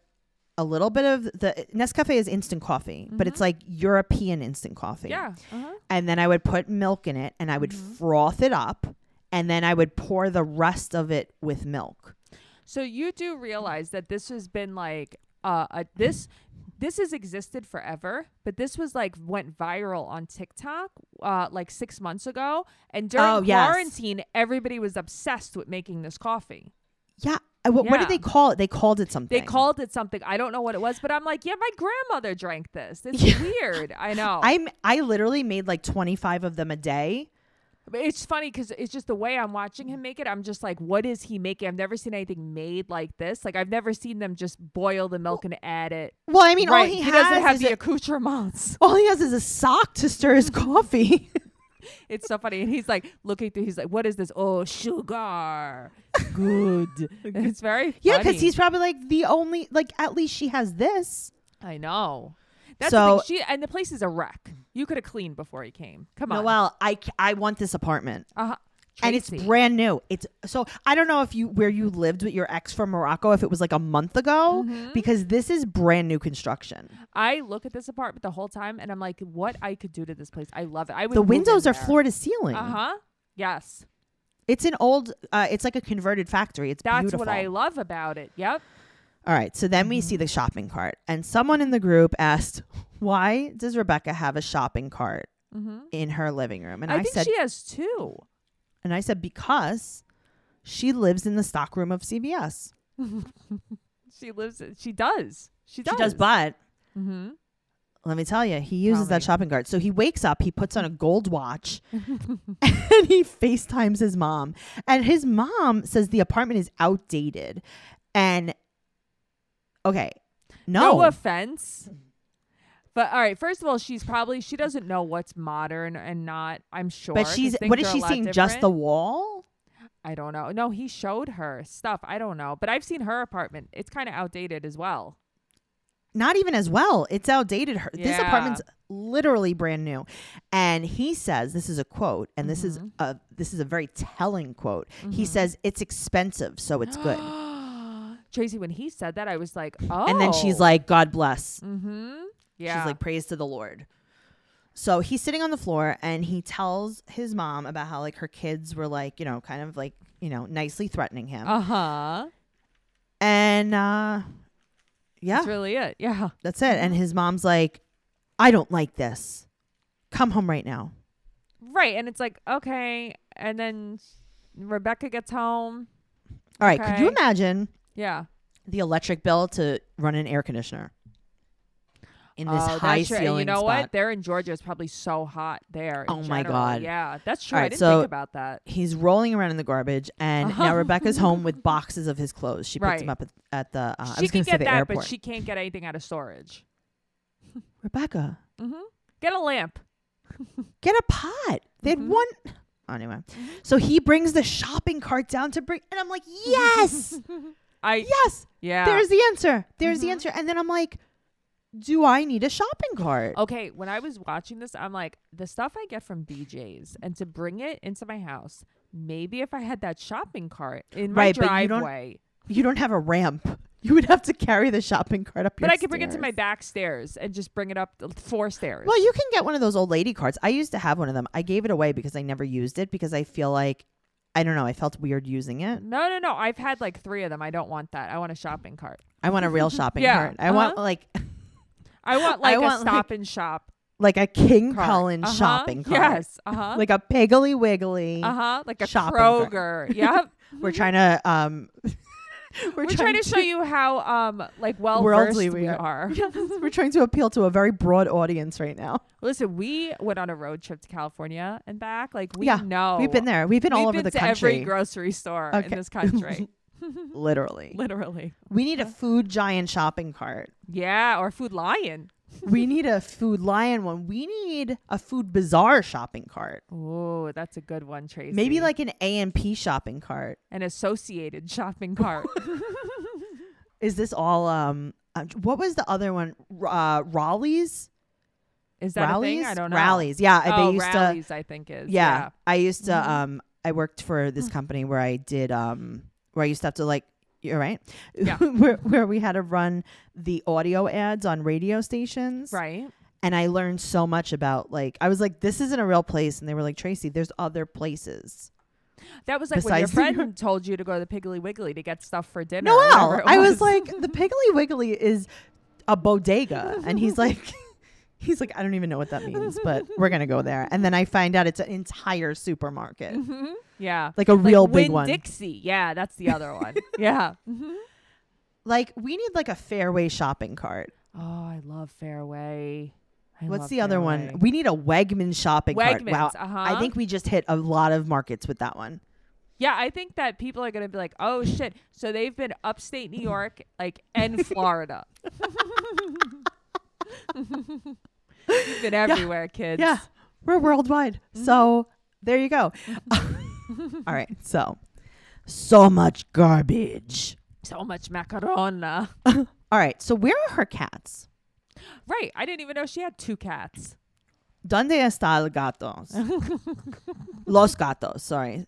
Speaker 2: a little bit of the Nescafe is instant coffee, but it's like European instant coffee.
Speaker 3: Mm-hmm. Yeah. Mm-hmm. Uh-huh.
Speaker 2: and then I would put milk in it, and I would froth it up, and then I would pour the rest of it with milk.
Speaker 3: So you do realize that this has been like uh, a, this this has existed forever, but this was like went viral on TikTok uh, like six months ago, and during
Speaker 2: Oh, yes.
Speaker 3: quarantine, everybody was obsessed with making this coffee.
Speaker 2: Yeah. I- What, what
Speaker 3: Yeah.
Speaker 2: did they call it? They called it something.
Speaker 3: They called it something. I don't know what it was, but I'm like, yeah, my grandmother drank this.
Speaker 2: [LAUGHS]
Speaker 3: It's
Speaker 2: Yeah.
Speaker 3: weird. I know.
Speaker 2: I'm I literally made like 25 of them a day.
Speaker 3: But it's funny because it's just the way I'm watching him make it. I'm just like, what is he making? I've never seen anything made like this. Like I've never seen them just boil the milk and add it.
Speaker 2: Well, I mean, all
Speaker 3: right.
Speaker 2: he,
Speaker 3: he,
Speaker 2: has
Speaker 3: doesn't have
Speaker 2: is
Speaker 3: the
Speaker 2: a,
Speaker 3: accoutrements. [LAUGHS]
Speaker 2: all he has is a sock to stir his coffee.
Speaker 3: It's so funny. And he's like looking through. He's like, what is this?
Speaker 2: [LAUGHS]
Speaker 3: Oh, sugar. Good. it's very
Speaker 2: yeah, because
Speaker 3: funny.
Speaker 2: he's probably like the only like at least she has this.
Speaker 3: I know. That's the
Speaker 2: So-
Speaker 3: thing. She and the place is a wreck. You could have cleaned before he came. Come on.
Speaker 2: Noelle, I c- I want this apartment.
Speaker 3: uh
Speaker 2: And it's brand new. It's so I don't know if you where you lived with your ex from Morocco if it was like a month ago
Speaker 3: Mm-hmm.
Speaker 2: because this is brand new construction.
Speaker 3: I look at this apartment the whole time, and I'm like, what I could do to this place. I love it. I would.
Speaker 2: The windows are floor to ceiling.
Speaker 3: Uh huh. Yes.
Speaker 2: It's an old uh, it's like a converted factory. It's
Speaker 3: That's
Speaker 2: beautiful.
Speaker 3: what I Mm-hmm. love about it. Yep.
Speaker 2: All right, so then we see the shopping cart, and someone in the group asked, "Why does Rebecca have a shopping cart in her living room?" And
Speaker 3: I,
Speaker 2: I,
Speaker 3: think
Speaker 2: said,
Speaker 3: she has two.
Speaker 2: "And I said because she lives in the stockroom of CVS.
Speaker 3: She lives. She does. She does.
Speaker 2: She does, but
Speaker 3: hmm
Speaker 2: let me tell you, he uses
Speaker 3: me.
Speaker 2: that shopping cart. So he wakes up, he puts on a gold
Speaker 3: [LAUGHS]
Speaker 2: watch, and he FaceTimes his mom. And his mom says the apartment is outdated, and okay, no,
Speaker 3: No. offense. But all right. First of all, she's probably she doesn't know what's modern and not. I'm sure.
Speaker 2: but
Speaker 3: 'cause
Speaker 2: she's
Speaker 3: things
Speaker 2: what is
Speaker 3: are a
Speaker 2: she
Speaker 3: lot
Speaker 2: seeing? Just the
Speaker 3: different.
Speaker 2: wall."
Speaker 3: I don't know. No, he showed her stuff. I don't know. But I've seen her apartment. It's kind of outdated as well.
Speaker 2: not even as well. It's outdated. Her this
Speaker 3: Yeah.
Speaker 2: apartment's literally brand new, and he says this is a quote, and this
Speaker 3: Mm-hmm.
Speaker 2: is a this is a very telling quote. He says it's expensive, so [GASPS] it's good.
Speaker 3: [GASPS] Tracy, when he said that, I was like, oh.
Speaker 2: And then she's like, God bless.
Speaker 3: mm-hmm. Yeah.
Speaker 2: She's like, praise to the Lord. So he's sitting on the floor and he tells his mom about how like her kids were like you know kind of like you know nicely threatening him,
Speaker 3: uh huh.
Speaker 2: and uh, yeah,
Speaker 3: That's really it. Yeah.
Speaker 2: that's it. And
Speaker 3: Mm-hmm.
Speaker 2: his mom's like, I don't like this. Come home right now.
Speaker 3: Right. And it's like, okay. And then Rebecca gets home.
Speaker 2: All right. Could you
Speaker 3: Okay.
Speaker 2: imagine
Speaker 3: Yeah.
Speaker 2: the electric bill to run an air conditioner in this
Speaker 3: Oh, that's
Speaker 2: high
Speaker 3: true. And
Speaker 2: ceiling
Speaker 3: You know
Speaker 2: spot?
Speaker 3: what? There in Georgia is probably so hot there. in
Speaker 2: Oh my
Speaker 3: general.
Speaker 2: God.
Speaker 3: Yeah. That's true. I
Speaker 2: Alright,
Speaker 3: didn't
Speaker 2: so-
Speaker 3: think about that.
Speaker 2: He's rolling around in the garbage, and now Rebecca's home
Speaker 3: [LAUGHS]
Speaker 2: with boxes of his clothes. She picked
Speaker 3: Uh-huh. Right.
Speaker 2: him up at, at the. Uh, I
Speaker 3: she
Speaker 2: was
Speaker 3: can
Speaker 2: going to say
Speaker 3: get
Speaker 2: the
Speaker 3: that,
Speaker 2: airport.
Speaker 3: but she can't get anything out of storage.
Speaker 2: Rebecca,
Speaker 3: Mm-hmm. Get a lamp.
Speaker 2: get a pot. They had
Speaker 3: Mhm.
Speaker 2: one. Anyway,
Speaker 3: Mm-hmm.
Speaker 2: so he brings the shopping cart down to bring, and I'm
Speaker 3: [LAUGHS]
Speaker 2: like, yes,
Speaker 3: I
Speaker 2: yes.
Speaker 3: yeah.
Speaker 2: There's the answer. There's the
Speaker 3: Mhm.
Speaker 2: answer. And then I'm like, do I need a shopping cart?
Speaker 3: Okay, when I was watching this, I'm like, the stuff I get from BJ's and to bring it into my house, maybe if I had that shopping cart in my
Speaker 2: Right, but you don't-
Speaker 3: driveway.
Speaker 2: You don't have a ramp. [LAUGHS] You would have to carry the shopping cart up your.
Speaker 3: But I could bring it to
Speaker 2: stairs.
Speaker 3: my back stairs and just bring it up the four stairs.
Speaker 2: Well, you can get one of those old lady carts. I used to have one of them. I gave it away because I never used it because I feel like I don't know. I felt weird using it.
Speaker 3: No, no, no. I've had like three of them. I don't want that. I want a shopping cart.
Speaker 2: I want a real shopping
Speaker 3: [LAUGHS] Yeah, Uh-huh.
Speaker 2: cart. I want like [LAUGHS] [GASPS]
Speaker 3: I want
Speaker 2: I
Speaker 3: like
Speaker 2: want,
Speaker 3: a
Speaker 2: like,
Speaker 3: stop and shop
Speaker 2: like a King
Speaker 3: cart.
Speaker 2: Cullen
Speaker 3: Uh-huh.
Speaker 2: shopping cart.
Speaker 3: Yes. Uh huh.
Speaker 2: Like a Piggly Wiggly.
Speaker 3: uh huh. Like a
Speaker 2: shopping cart.
Speaker 3: Kroger. Yep.
Speaker 2: [LAUGHS] We're trying to um [LAUGHS]
Speaker 3: We're, trying, to show you how um like well versed
Speaker 2: Worldly
Speaker 3: we,
Speaker 2: we
Speaker 3: are.
Speaker 2: [LAUGHS] we're trying to appeal to a very broad audience right now.
Speaker 3: Listen, we went on a road trip to California and back. Like we
Speaker 2: yeah.
Speaker 3: know
Speaker 2: We've been there. We've been all
Speaker 3: Oh, We've
Speaker 2: over
Speaker 3: been
Speaker 2: the
Speaker 3: to
Speaker 2: country.
Speaker 3: every grocery store
Speaker 2: Okay.
Speaker 3: in this [LAUGHS] country,
Speaker 2: [LAUGHS] Literally.
Speaker 3: literally.
Speaker 2: We need a food giant shopping cart.
Speaker 3: [LAUGHS] Yeah, or Food Lion.
Speaker 2: we need a food lion one. We need a food bazaar shopping cart.
Speaker 3: Oh, that's a good one, Tracy.
Speaker 2: Maybe like an AMP shopping cart.
Speaker 3: an associated
Speaker 2: [LAUGHS]
Speaker 3: shopping cart.
Speaker 2: Is this all um uh, what was the other one? R- Uh Raleigh's?
Speaker 3: Is that
Speaker 2: rallies?
Speaker 3: a thing? I don't know.
Speaker 2: Rallies. Yeah, I-
Speaker 3: oh,
Speaker 2: they used
Speaker 3: rallies, I think is.
Speaker 2: to yeah,
Speaker 3: Yeah. Mm-hmm. Mm.
Speaker 2: I used to um I worked for this company where I did um where I used to have to like you're right. [LAUGHS]
Speaker 3: Yeah.
Speaker 2: where where we had to run the audio ads on radio stations.
Speaker 3: Right.
Speaker 2: And I learned so much about like I was like, this isn't a real place and they were like, Tracy, there's other places.
Speaker 3: That was like
Speaker 2: Besides
Speaker 3: when
Speaker 2: your-
Speaker 3: your friend told you to go to the Piggly Wiggly to get stuff for dinner. or
Speaker 2: Noel,
Speaker 3: whatever it
Speaker 2: I was
Speaker 3: [LAUGHS]
Speaker 2: like, the Piggly Wiggly is a
Speaker 3: [LAUGHS]
Speaker 2: bodega, and he's like, [LAUGHS] he's like, I don't even know what that means, but we're gonna go there. And then I find out it's an entire supermarket,
Speaker 3: Mm-hmm. yeah,
Speaker 2: like a real big
Speaker 3: Winn
Speaker 2: one.
Speaker 3: Dixie. Yeah, that's the other
Speaker 2: [LAUGHS]
Speaker 3: one. yeah. Mhm.
Speaker 2: like we need like a Fairway shopping cart.
Speaker 3: Oh, I love Fairway. I
Speaker 2: What's
Speaker 3: love
Speaker 2: the other one?
Speaker 3: Fairway.
Speaker 2: We need a Wegman shopping cart. Wow,
Speaker 3: Wegmans, uh-huh.
Speaker 2: I think we just hit a lot of markets with that
Speaker 3: [LAUGHS]
Speaker 2: one.
Speaker 3: Yeah, I think that people are gonna be like, "Oh shit!" So they've been upstate New York, like,
Speaker 2: [LAUGHS]
Speaker 3: and Florida. You've been everywhere, kids.
Speaker 2: Yeah, we're worldwide.
Speaker 3: Mm-hmm.
Speaker 2: So there you go. [LAUGHS] All right, so so much garbage.
Speaker 3: So much macarona.
Speaker 2: All right, so where are her cats?
Speaker 3: Right. I didn't even know she had two cats.
Speaker 2: ¿Dónde está el
Speaker 3: [LAUGHS]
Speaker 2: gato? Los gatos. Sorry.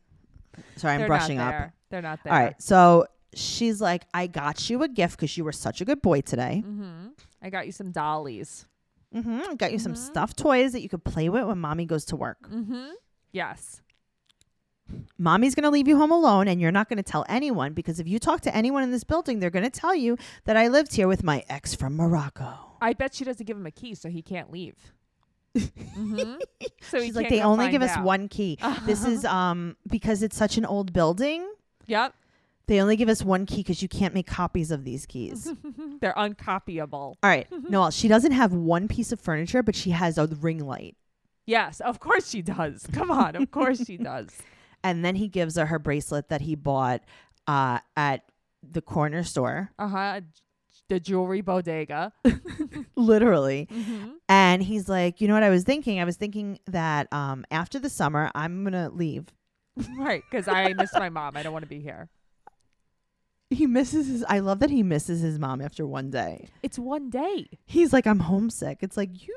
Speaker 2: Sorry, I'm
Speaker 3: They're
Speaker 2: brushing
Speaker 3: not
Speaker 2: up.
Speaker 3: there. They're not there.
Speaker 2: All right. So she's like, I got you a gift because you were such a good boy today.
Speaker 3: Mm-hmm. I got you some dollies.
Speaker 2: Mm-hmm. I got you some stuffed toys that you could play with when mommy goes to work.
Speaker 3: Mm-hmm. Yes.
Speaker 2: Mommy's going to leave you home alone and you're not going to tell anyone because if you talk to anyone in this building, they're going to tell you that I lived here with my ex from Morocco.
Speaker 3: I bet she doesn't give him a key, so he can't leave.
Speaker 2: [LAUGHS]
Speaker 3: Mhm. So he
Speaker 2: She's like,
Speaker 3: can't
Speaker 2: they
Speaker 3: go
Speaker 2: only
Speaker 3: find
Speaker 2: give us
Speaker 3: out."
Speaker 2: one key.
Speaker 3: [LAUGHS]
Speaker 2: This is um because it's such an old building.
Speaker 3: Yep. [LAUGHS]
Speaker 2: They only give us one key because you can't make copies of these
Speaker 3: [LAUGHS]
Speaker 2: keys.
Speaker 3: They're uncopyable.
Speaker 2: All
Speaker 3: [LAUGHS]
Speaker 2: right, Noel, she doesn't have one piece of furniture, but she has a ring light.
Speaker 3: Yes, of course she does. Come on, of course she does. [LAUGHS]
Speaker 2: And then he gives her her bracelet that he bought uh, at the corner store,
Speaker 3: Uh huh. The jewelry bodega.
Speaker 2: literally.
Speaker 3: hmm
Speaker 2: And he's like, You know what I was thinking? I was thinking that um, after the summer, I'm going to leave.
Speaker 3: [LAUGHS] Right, because I miss my mom. I don't want to be here.
Speaker 2: He misses his, I love that he misses his mom after one day.
Speaker 3: It's one day.
Speaker 2: He's like, I'm homesick. It's like, You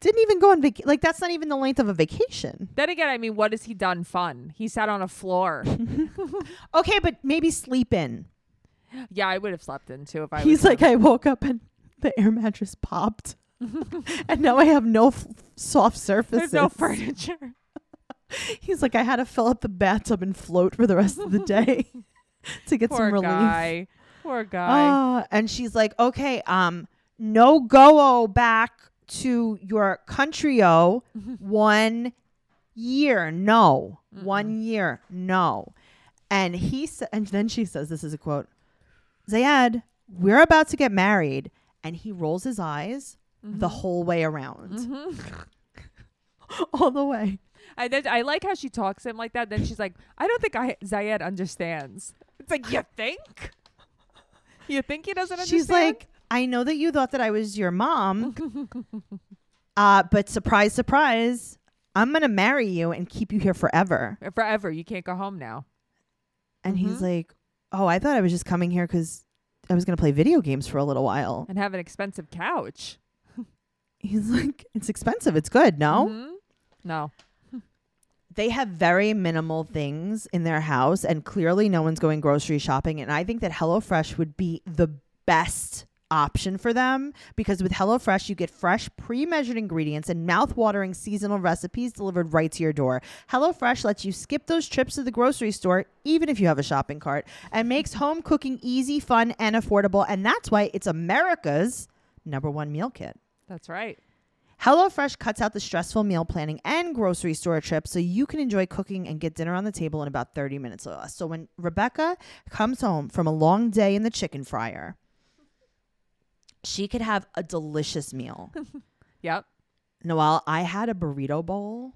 Speaker 2: didn't even go on vacation. Like, that's not even the length of a vacation.
Speaker 3: Then again, I mean, what has he done fun? He sat on
Speaker 2: [LAUGHS]
Speaker 3: a floor.
Speaker 2: Okay, but maybe sleep in.
Speaker 3: yeah, I would have slept in too if I
Speaker 2: He's
Speaker 3: was
Speaker 2: like, I woke up and the air mattress [LAUGHS] popped, and now I have no f- soft surfaces.
Speaker 3: there's no furniture.
Speaker 2: He's like, I had to fill up the bathtub and float for the rest [LAUGHS] of the day to [LAUGHS] get
Speaker 3: Poor
Speaker 2: some relief.
Speaker 3: guy. Poor guy.
Speaker 2: Ah, and she's like, okay, um, no go back to your country o one year, no, one year, no. And he sa- and then she says, this is a quote, Zayed, we're about to get married, and he rolls his eyes the whole way around, [LAUGHS]
Speaker 3: Mm-hmm.
Speaker 2: all the way.
Speaker 3: [LAUGHS] I then I like how she talks to him like that. Then she's like, I don't think I Zayed understands. It's like you think, you think he doesn't understand.
Speaker 2: She's like, I know that you thought that I was your
Speaker 3: Mm.
Speaker 2: mom, uh, but surprise, surprise, I'm gonna marry you and keep you here forever.
Speaker 3: [LAUGHS] forever. You can't go home now.
Speaker 2: And he's like, Oh, I thought I was just coming here because I was gonna play video games for a little while.
Speaker 3: and have an expensive couch.
Speaker 2: He's [LAUGHS] like, It's expensive. It's good. No,
Speaker 3: Mhm. No.
Speaker 2: they have very minimal things in their house, and clearly no one's going grocery shopping. And I think that HelloFresh would be the best option for them because with HelloFresh, you get fresh, pre measured ingredients and mouth watering seasonal recipes delivered right to your door. HelloFresh lets you skip those trips to the grocery store, even if you have a shopping cart, and makes home cooking easy, fun, and affordable. And that's why it's America's number one meal kit.
Speaker 3: That's right.
Speaker 2: HelloFresh cuts out the stressful meal planning and grocery store trips so you can enjoy cooking and get dinner on the table in about 30 minutes or less. So when Rebecca comes home from a long day in the chicken fryer, she could have a delicious
Speaker 3: [LAUGHS]
Speaker 2: meal.
Speaker 3: Yep.
Speaker 2: Noelle, I had a burrito bowl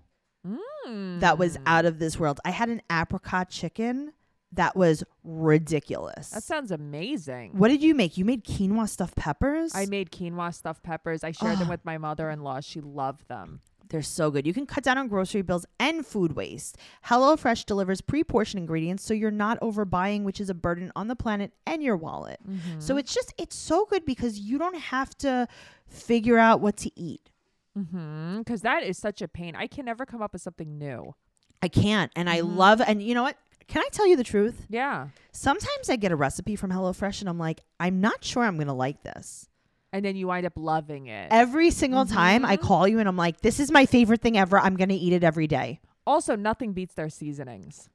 Speaker 3: Mm.
Speaker 2: that was out of this world. I had an apricot chicken that was ridiculous.
Speaker 3: That sounds amazing.
Speaker 2: what did you make? You made quinoa stuffed peppers?
Speaker 3: I made quinoa stuffed peppers. I shared them with my mother-in-law. She loved them.
Speaker 2: They're so good. You can cut down on grocery bills and food waste. HelloFresh delivers pre portioned ingredients so you're not overbuying, which is a burden on the planet and your wallet.
Speaker 3: Mm-hmm.
Speaker 2: So it's just, it's so good because you don't have to figure out what to eat.
Speaker 3: Mm-hmm. Because that is such a pain. I can never come up with something new.
Speaker 2: I can't. And I
Speaker 3: Mm-hmm.
Speaker 2: love, and you know what? Can I tell you the truth?
Speaker 3: Yeah.
Speaker 2: Sometimes I get a recipe from HelloFresh and I'm like, I'm not sure I'm going to like this.
Speaker 3: And then you wind up loving it. Mm-hmm.
Speaker 2: Every single time I call you and I'm like, this is my favorite thing ever. I'm going to eat it every day.
Speaker 3: Also, nothing beats their seasonings.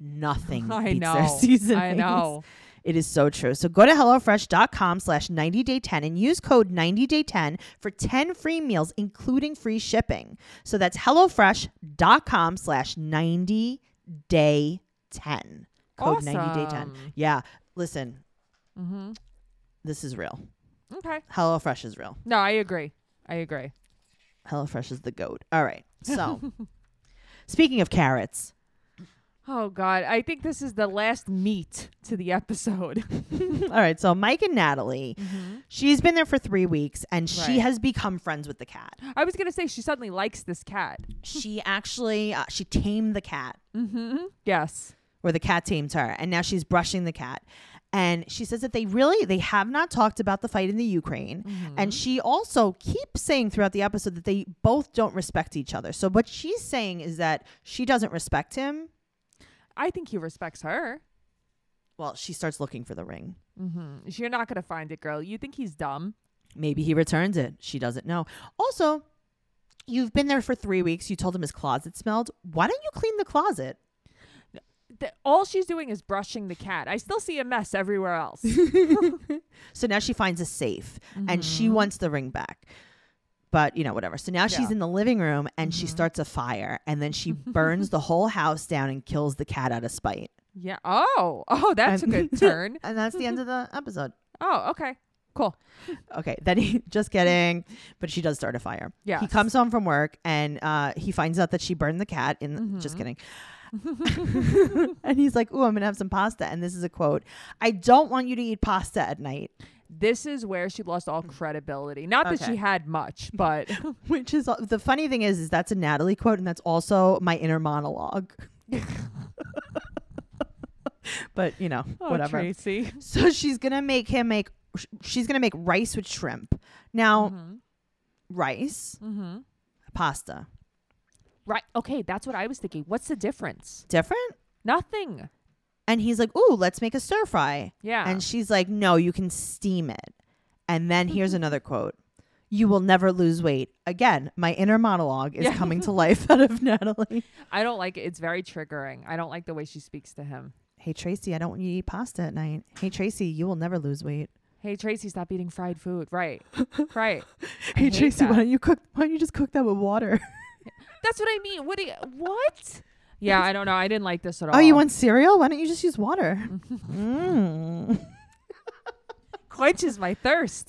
Speaker 2: Nothing
Speaker 3: [LAUGHS] I
Speaker 2: beats
Speaker 3: know.
Speaker 2: their [LAUGHS] season.
Speaker 3: I know.
Speaker 2: It is so true. So go to HelloFresh.com slash 90day10 and use code 90day10 for 10 free meals, including free shipping. So that's HelloFresh.com slash 90day10. Code 90day10.
Speaker 3: Awesome.
Speaker 2: Yeah. Listen,
Speaker 3: Mm-hmm.
Speaker 2: this is real.
Speaker 3: Okay.
Speaker 2: HelloFresh is real.
Speaker 3: No, I agree. I agree.
Speaker 2: HelloFresh is the goat. All right.
Speaker 3: [LAUGHS]
Speaker 2: So speaking of carrots,
Speaker 3: Oh God, I think this is the last meat to the episode. [LAUGHS]
Speaker 2: all right. So Mike and Natalie, she's been there for three weeks and she
Speaker 3: Mm-hmm. Right.
Speaker 2: has become friends with the
Speaker 3: [GASPS]
Speaker 2: cat.
Speaker 3: I was gonna say she suddenly likes this cat.
Speaker 2: she actually uh, she tamed the cat
Speaker 3: Mm-hmm. Yes.
Speaker 2: or the cat tamed her and now she's brushing the cat and she says that they really they have not talked about the fight in the ukraine and she also keeps saying throughout the episode that they both don't respect each other so what she's saying is that she doesn't respect him
Speaker 3: I think he respects her.
Speaker 2: well she starts looking for the ring
Speaker 3: Mm-hmm. You're not gonna find it, girl. You think he's dumb?
Speaker 2: maybe he returns it she doesn't know also you've been there for three weeks you told him his closet smelled why don't you clean the closet
Speaker 3: Th- all she's doing is brushing the cat. I still see a mess everywhere else.
Speaker 2: So now she finds a safe [LAUGHS] and she wants the ring back. But, you know, whatever. So now she's
Speaker 3: Yeah.
Speaker 2: in the living room and she starts a fire and then [LAUGHS] she burns the whole house down and kills the cat out of spite.
Speaker 3: yeah. Oh. Oh, that's a
Speaker 2: And- [LAUGHS]
Speaker 3: good turn.
Speaker 2: And that's the end of the episode.
Speaker 3: Oh. Okay. Cool.
Speaker 2: [LAUGHS] Okay, then he [LAUGHS] just kidding, but she does start a fire.
Speaker 3: Yes.
Speaker 2: he comes home from work and uh, he finds out that she burned the cat. In just kidding, [LAUGHS] and he's like, "Ooh, I'm gonna have some pasta." And this is a quote: "I don't want you to eat pasta at night," [LAUGHS]
Speaker 3: This is where she lost all credibility. Not that
Speaker 2: Okay.
Speaker 3: she had much,
Speaker 2: [LAUGHS]
Speaker 3: but
Speaker 2: which is uh, the funny thing is, is that's a Natalie quote, and that's also my inner monologue. but you know,
Speaker 3: Oh,
Speaker 2: whatever.
Speaker 3: Tracy.
Speaker 2: [LAUGHS] So she's gonna make him make. sh- She's gonna make rice with shrimp. Now, rice,
Speaker 3: Mm-hmm.
Speaker 2: pasta,
Speaker 3: Right. Okay. That's what I was thinking. What's the difference?
Speaker 2: different.
Speaker 3: Nothing.
Speaker 2: And he's like, "Ooh, let's make a stir fry."
Speaker 3: Yeah.
Speaker 2: And she's like, "No, you can steam it." And then
Speaker 3: Mm-hmm.
Speaker 2: here's another quote. You will never lose weight. Again, my inner monologue is
Speaker 3: Yeah.
Speaker 2: coming
Speaker 3: [LAUGHS]
Speaker 2: to life out of Natalie.
Speaker 3: I don't like it. It's very triggering. I don't like the way she speaks to him.
Speaker 2: Hey Tracy, I don't want you to eat pasta at night. Hey Tracy, you will never lose weight.
Speaker 3: Hey, Tracy, stop eating fried food. [LAUGHS] Right. Right. I
Speaker 2: Hey
Speaker 3: hate
Speaker 2: Tracy,
Speaker 3: that.
Speaker 2: why don't you cook why don't you just cook that with water?
Speaker 3: That's what I mean. What? Do you, what? Yeah, I don't know. I didn't like this at all.
Speaker 2: Oh, you want cereal? Why don't you just use
Speaker 3: [LAUGHS]
Speaker 2: water? mm.
Speaker 3: quenches my thirst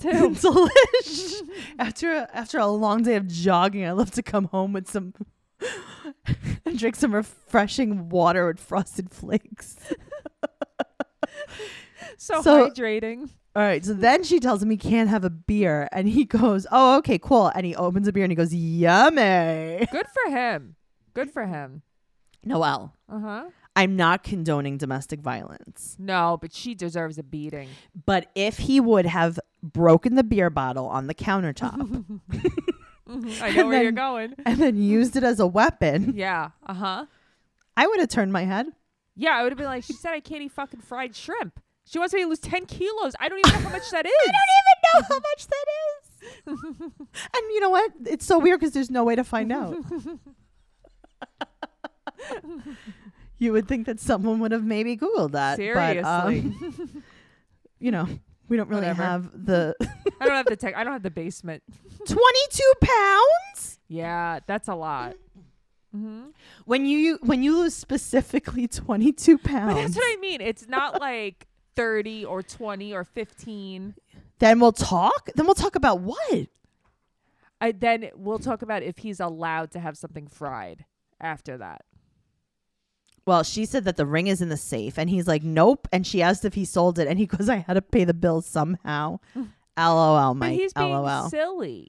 Speaker 2: [LAUGHS]
Speaker 3: [LAUGHS] too.
Speaker 2: Delish. [LAUGHS] after a, after a long day of jogging, I love to come home with some [LAUGHS] and drink some refreshing water with frosted flakes.
Speaker 3: So,
Speaker 2: So-
Speaker 3: hydrating.
Speaker 2: All right, so then she tells him he can't have a beer, and he goes, "Oh, okay, cool." And he opens a beer and he goes, "Yummy."
Speaker 3: Good for him. Good for him.
Speaker 2: Noel,
Speaker 3: Uh huh.
Speaker 2: I'm not condoning domestic violence,
Speaker 3: No, but she deserves a beating.
Speaker 2: but if he would have broken the beer bottle on the [LAUGHS] countertop
Speaker 3: Mhm, [LAUGHS] I know
Speaker 2: And
Speaker 3: where you're
Speaker 2: then-
Speaker 3: going.
Speaker 2: and then used it as a weapon,
Speaker 3: Yeah. Uh huh.
Speaker 2: I would have turned my head.
Speaker 3: Yeah, I would have been like, she said I can't eat fucking fried shrimp. She wants me to lose 10 kilos. I don't even know how much
Speaker 2: [LAUGHS]
Speaker 3: [LAUGHS] that is.
Speaker 2: I don't even know how much that is. and you know what? It's so weird because there's no way to find
Speaker 3: [LAUGHS]
Speaker 2: out. you would think that someone would have maybe Googled that.
Speaker 3: Seriously.
Speaker 2: But, um, [LAUGHS] you know, we don't really
Speaker 3: Whatever.
Speaker 2: have the [LAUGHS]
Speaker 3: [LAUGHS] I don't have the tech. I don't have the basement.
Speaker 2: 22 pounds.
Speaker 3: Yeah, that's a lot.
Speaker 2: When you when you lose specifically 22
Speaker 3: [LAUGHS] But that's
Speaker 2: pounds,
Speaker 3: what I mean. It's [LAUGHS] not like 30 or 20 or 15.
Speaker 2: then we'll talk. Then we'll talk about what.
Speaker 3: I, then we'll talk about if he's allowed to have something fried after that.
Speaker 2: Well, she said that the ring is in the safe, and he's like, "Nope." And she asked if he sold it, and he goes, "I had to pay the bill
Speaker 3: [LAUGHS]
Speaker 2: somehow." LOL,
Speaker 3: But
Speaker 2: Mike.
Speaker 3: he's being
Speaker 2: LOL.
Speaker 3: silly.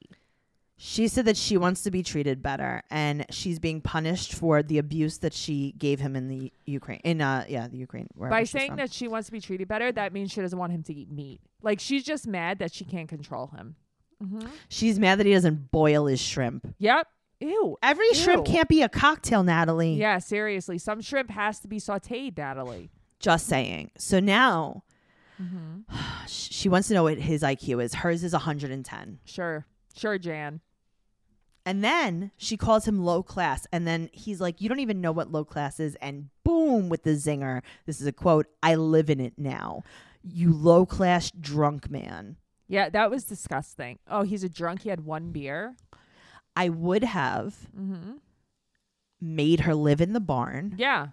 Speaker 2: she said that she wants to be treated better, and she's being punished for the abuse that she gave him in the Ukraine. In uh, yeah, the Ukraine. wherever
Speaker 3: By
Speaker 2: she's
Speaker 3: saying
Speaker 2: from.
Speaker 3: that she wants to be treated better, that means she doesn't want him to eat meat. Like she's just mad that she can't control him.
Speaker 2: she's mad that he doesn't boil his shrimp.
Speaker 3: Yep. Ew.
Speaker 2: Every shrimp
Speaker 3: Ew.
Speaker 2: can't be a cocktail, Natalie. [LAUGHS]
Speaker 3: Yeah, seriously. Some shrimp has to be sauteed, Natalie.
Speaker 2: Just saying. So now, [SIGHS]
Speaker 3: Mm-hmm.
Speaker 2: sh she wants to know what his IQ is. Hers is 110.
Speaker 3: Sure. Sure, Jan.
Speaker 2: And then she calls him low class. And then he's like, You don't even know what low class is. And boom, with the zinger. This is a quote I live in it now. You low class drunk man.
Speaker 3: Yeah, that was disgusting. Oh, he's a drunk. He had one beer.
Speaker 2: I would have
Speaker 3: Mm-hmm.
Speaker 2: made her live in the barn
Speaker 3: Yeah,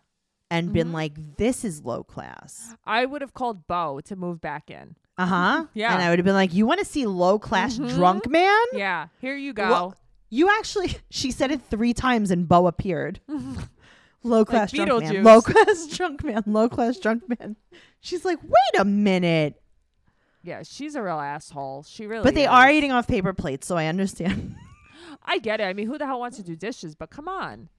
Speaker 2: and been
Speaker 3: Mm-hmm.
Speaker 2: like, This is low class.
Speaker 3: I would have called Bo to move back in.
Speaker 2: Uh huh.
Speaker 3: [LAUGHS] Yeah. Mm-hmm.
Speaker 2: And I would have been like, You want to see low class drunk man?
Speaker 3: Yeah, here you go.
Speaker 2: Well, you actually, [LAUGHS] she said it three times, and Bo
Speaker 3: [LAUGHS]
Speaker 2: appeared. low class drunk man.
Speaker 3: Beetlejuice.
Speaker 2: Low [LAUGHS] class drunk man. Low class drunk man. She's like, wait a minute.
Speaker 3: Yeah, she's a real asshole. She really.
Speaker 2: But they
Speaker 3: is.
Speaker 2: are eating off paper plates, so I understand. [LAUGHS]
Speaker 3: I get it. I mean, who the hell wants to do dishes? But come on.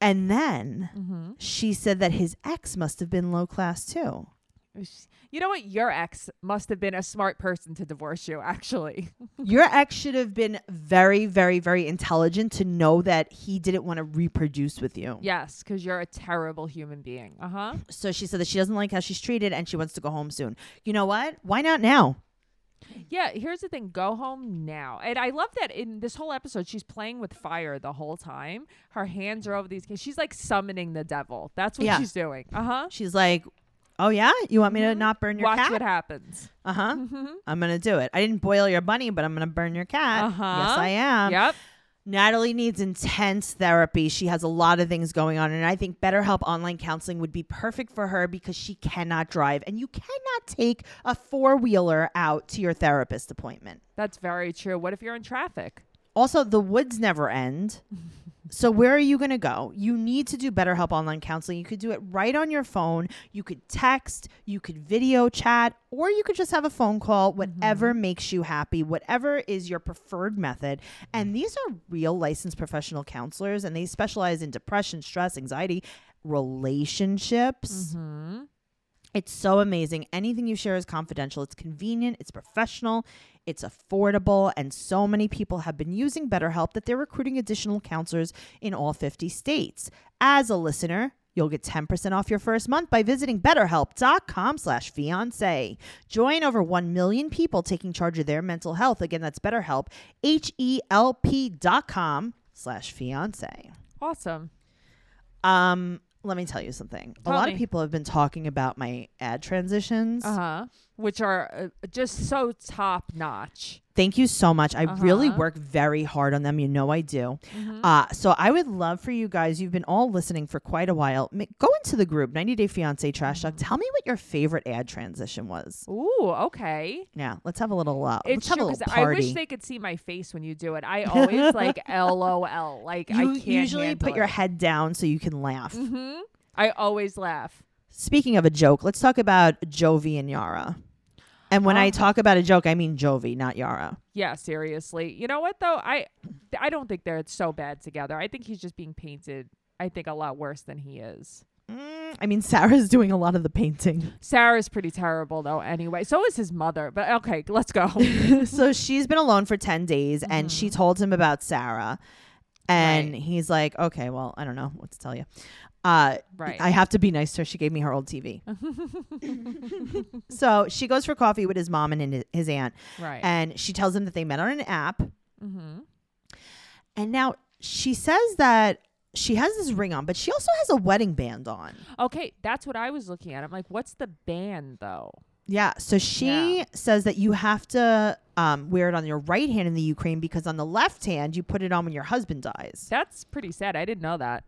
Speaker 2: And then
Speaker 3: Mm-hmm.
Speaker 2: she said that his ex must have been low class too.
Speaker 3: You know what? Your ex must have been a smart person to divorce you. [LAUGHS] Actually,
Speaker 2: Your ex should have been very, very, very intelligent to know that he didn't want to reproduce with you.
Speaker 3: yes, because you're a terrible human being. Uh huh.
Speaker 2: So she said that she doesn't like how she's treated and she wants to go home soon. You know what? Why not now?
Speaker 3: Yeah, here's the thing go home now. And I love that in this whole episode, she's playing with fire the whole time. Her hands are over these kids. She's like summoning the devil. That's what
Speaker 2: Yeah.
Speaker 3: she's doing. Uh huh.
Speaker 2: She's like, "Oh yeah, you want me to not burn your
Speaker 3: Mm-hmm.
Speaker 2: cat?
Speaker 3: Watch what Mm-hmm. happens.
Speaker 2: Uh huh. I'm gonna do it. I didn't boil your bunny, but I'm gonna burn your cat.
Speaker 3: Uh-huh.
Speaker 2: Yes, I am.
Speaker 3: yep.
Speaker 2: Natalie needs intense therapy. She has a lot of things going on, and I think BetterHelp online counseling would be perfect for her because she cannot drive, and you cannot take a four wheeler out to your therapist appointment.
Speaker 3: That's very true. What if you're in traffic?
Speaker 2: Also, the woods never end. So where are you going to go? You need to do BetterHelp online counseling. You could do it right on your phone. You could text, you could video chat, or you could just have a phone call, whatever makes you happy, whatever is your preferred method. And these are real licensed professional counselors and they specialize in depression, stress, anxiety, relationships. It's so amazing. Anything you share is confidential. It's convenient, it's professional, it's affordable, and so many people have been using BetterHelp that they're recruiting additional counselors in all 50 states. As a listener, you'll get 10% off your first month by visiting betterhelp.com slash fiance. Join over 1 million people taking charge of their mental health. Again, that's betterhelp, H-E-L-P dot com slash fiance.
Speaker 3: Awesome.
Speaker 2: Um, let me tell you something. a
Speaker 3: Tell
Speaker 2: lot
Speaker 3: me.
Speaker 2: of people have been talking about my ad transitions.
Speaker 3: Uh huh. Which are uh, just so top notch.
Speaker 2: Thank you so much. I really
Speaker 3: Uh-huh. Mm-hmm.
Speaker 2: work very hard on them. You know I do. Uh, so I would love for you guys, you've been all listening for quite a while. ma- Go into the group, 90 Day Fiance Trash
Speaker 3: Mm-hmm.
Speaker 2: Talk. Tell me what your favorite ad transition was.
Speaker 3: Ooh, okay.
Speaker 2: Yeah, let's have a little, uh,
Speaker 3: It's
Speaker 2: let's have
Speaker 3: true
Speaker 2: a little
Speaker 3: 'cause
Speaker 2: party.
Speaker 3: I wish they could see my face when you do it.
Speaker 2: [LAUGHS]
Speaker 3: I always like LOL. Like I
Speaker 2: you
Speaker 3: can't
Speaker 2: usually
Speaker 3: handle
Speaker 2: put your
Speaker 3: it.
Speaker 2: head down so you can laugh.
Speaker 3: Mhm. I always laugh.
Speaker 2: Speaking of a joke, let's talk about Jovi and Yara. And when I
Speaker 3: Um,
Speaker 2: talk about a joke, I mean Jovi, not Yara.
Speaker 3: Yeah, seriously. You know what though? I I don't think they're so bad together. I think he's just being painted I think a lot worse than he is.
Speaker 2: Mm, I mean, Sarah's [LAUGHS] doing a lot of the painting.
Speaker 3: Sarah's pretty terrible though anyway. So is his mother. But okay, let's
Speaker 2: [LAUGHS]
Speaker 3: go. [LAUGHS]
Speaker 2: so she's been alone for 10 days and she told him about Sarah. And
Speaker 3: Mm-hmm. Right.
Speaker 2: he's like, okay, well, I don't know what to tell you. Uh,
Speaker 3: right.
Speaker 2: I have to be nice to her. She gave me her old
Speaker 3: [LAUGHS]
Speaker 2: TV. so she goes for coffee with his mom and his- his aunt.
Speaker 3: right.
Speaker 2: And she tells him that they met on an app.
Speaker 3: mm-hmm.
Speaker 2: And now she says that she has this ring on, but she also has a wedding band on.
Speaker 3: Okay, that's what I was looking at. I'm like, what's the ban though?
Speaker 2: Yeah. So she
Speaker 3: Yeah.
Speaker 2: says that you have to um, wear it on your right hand in the Ukraine because on the left hand, you put it on when your husband dies.
Speaker 3: That's pretty sad. I didn't know that.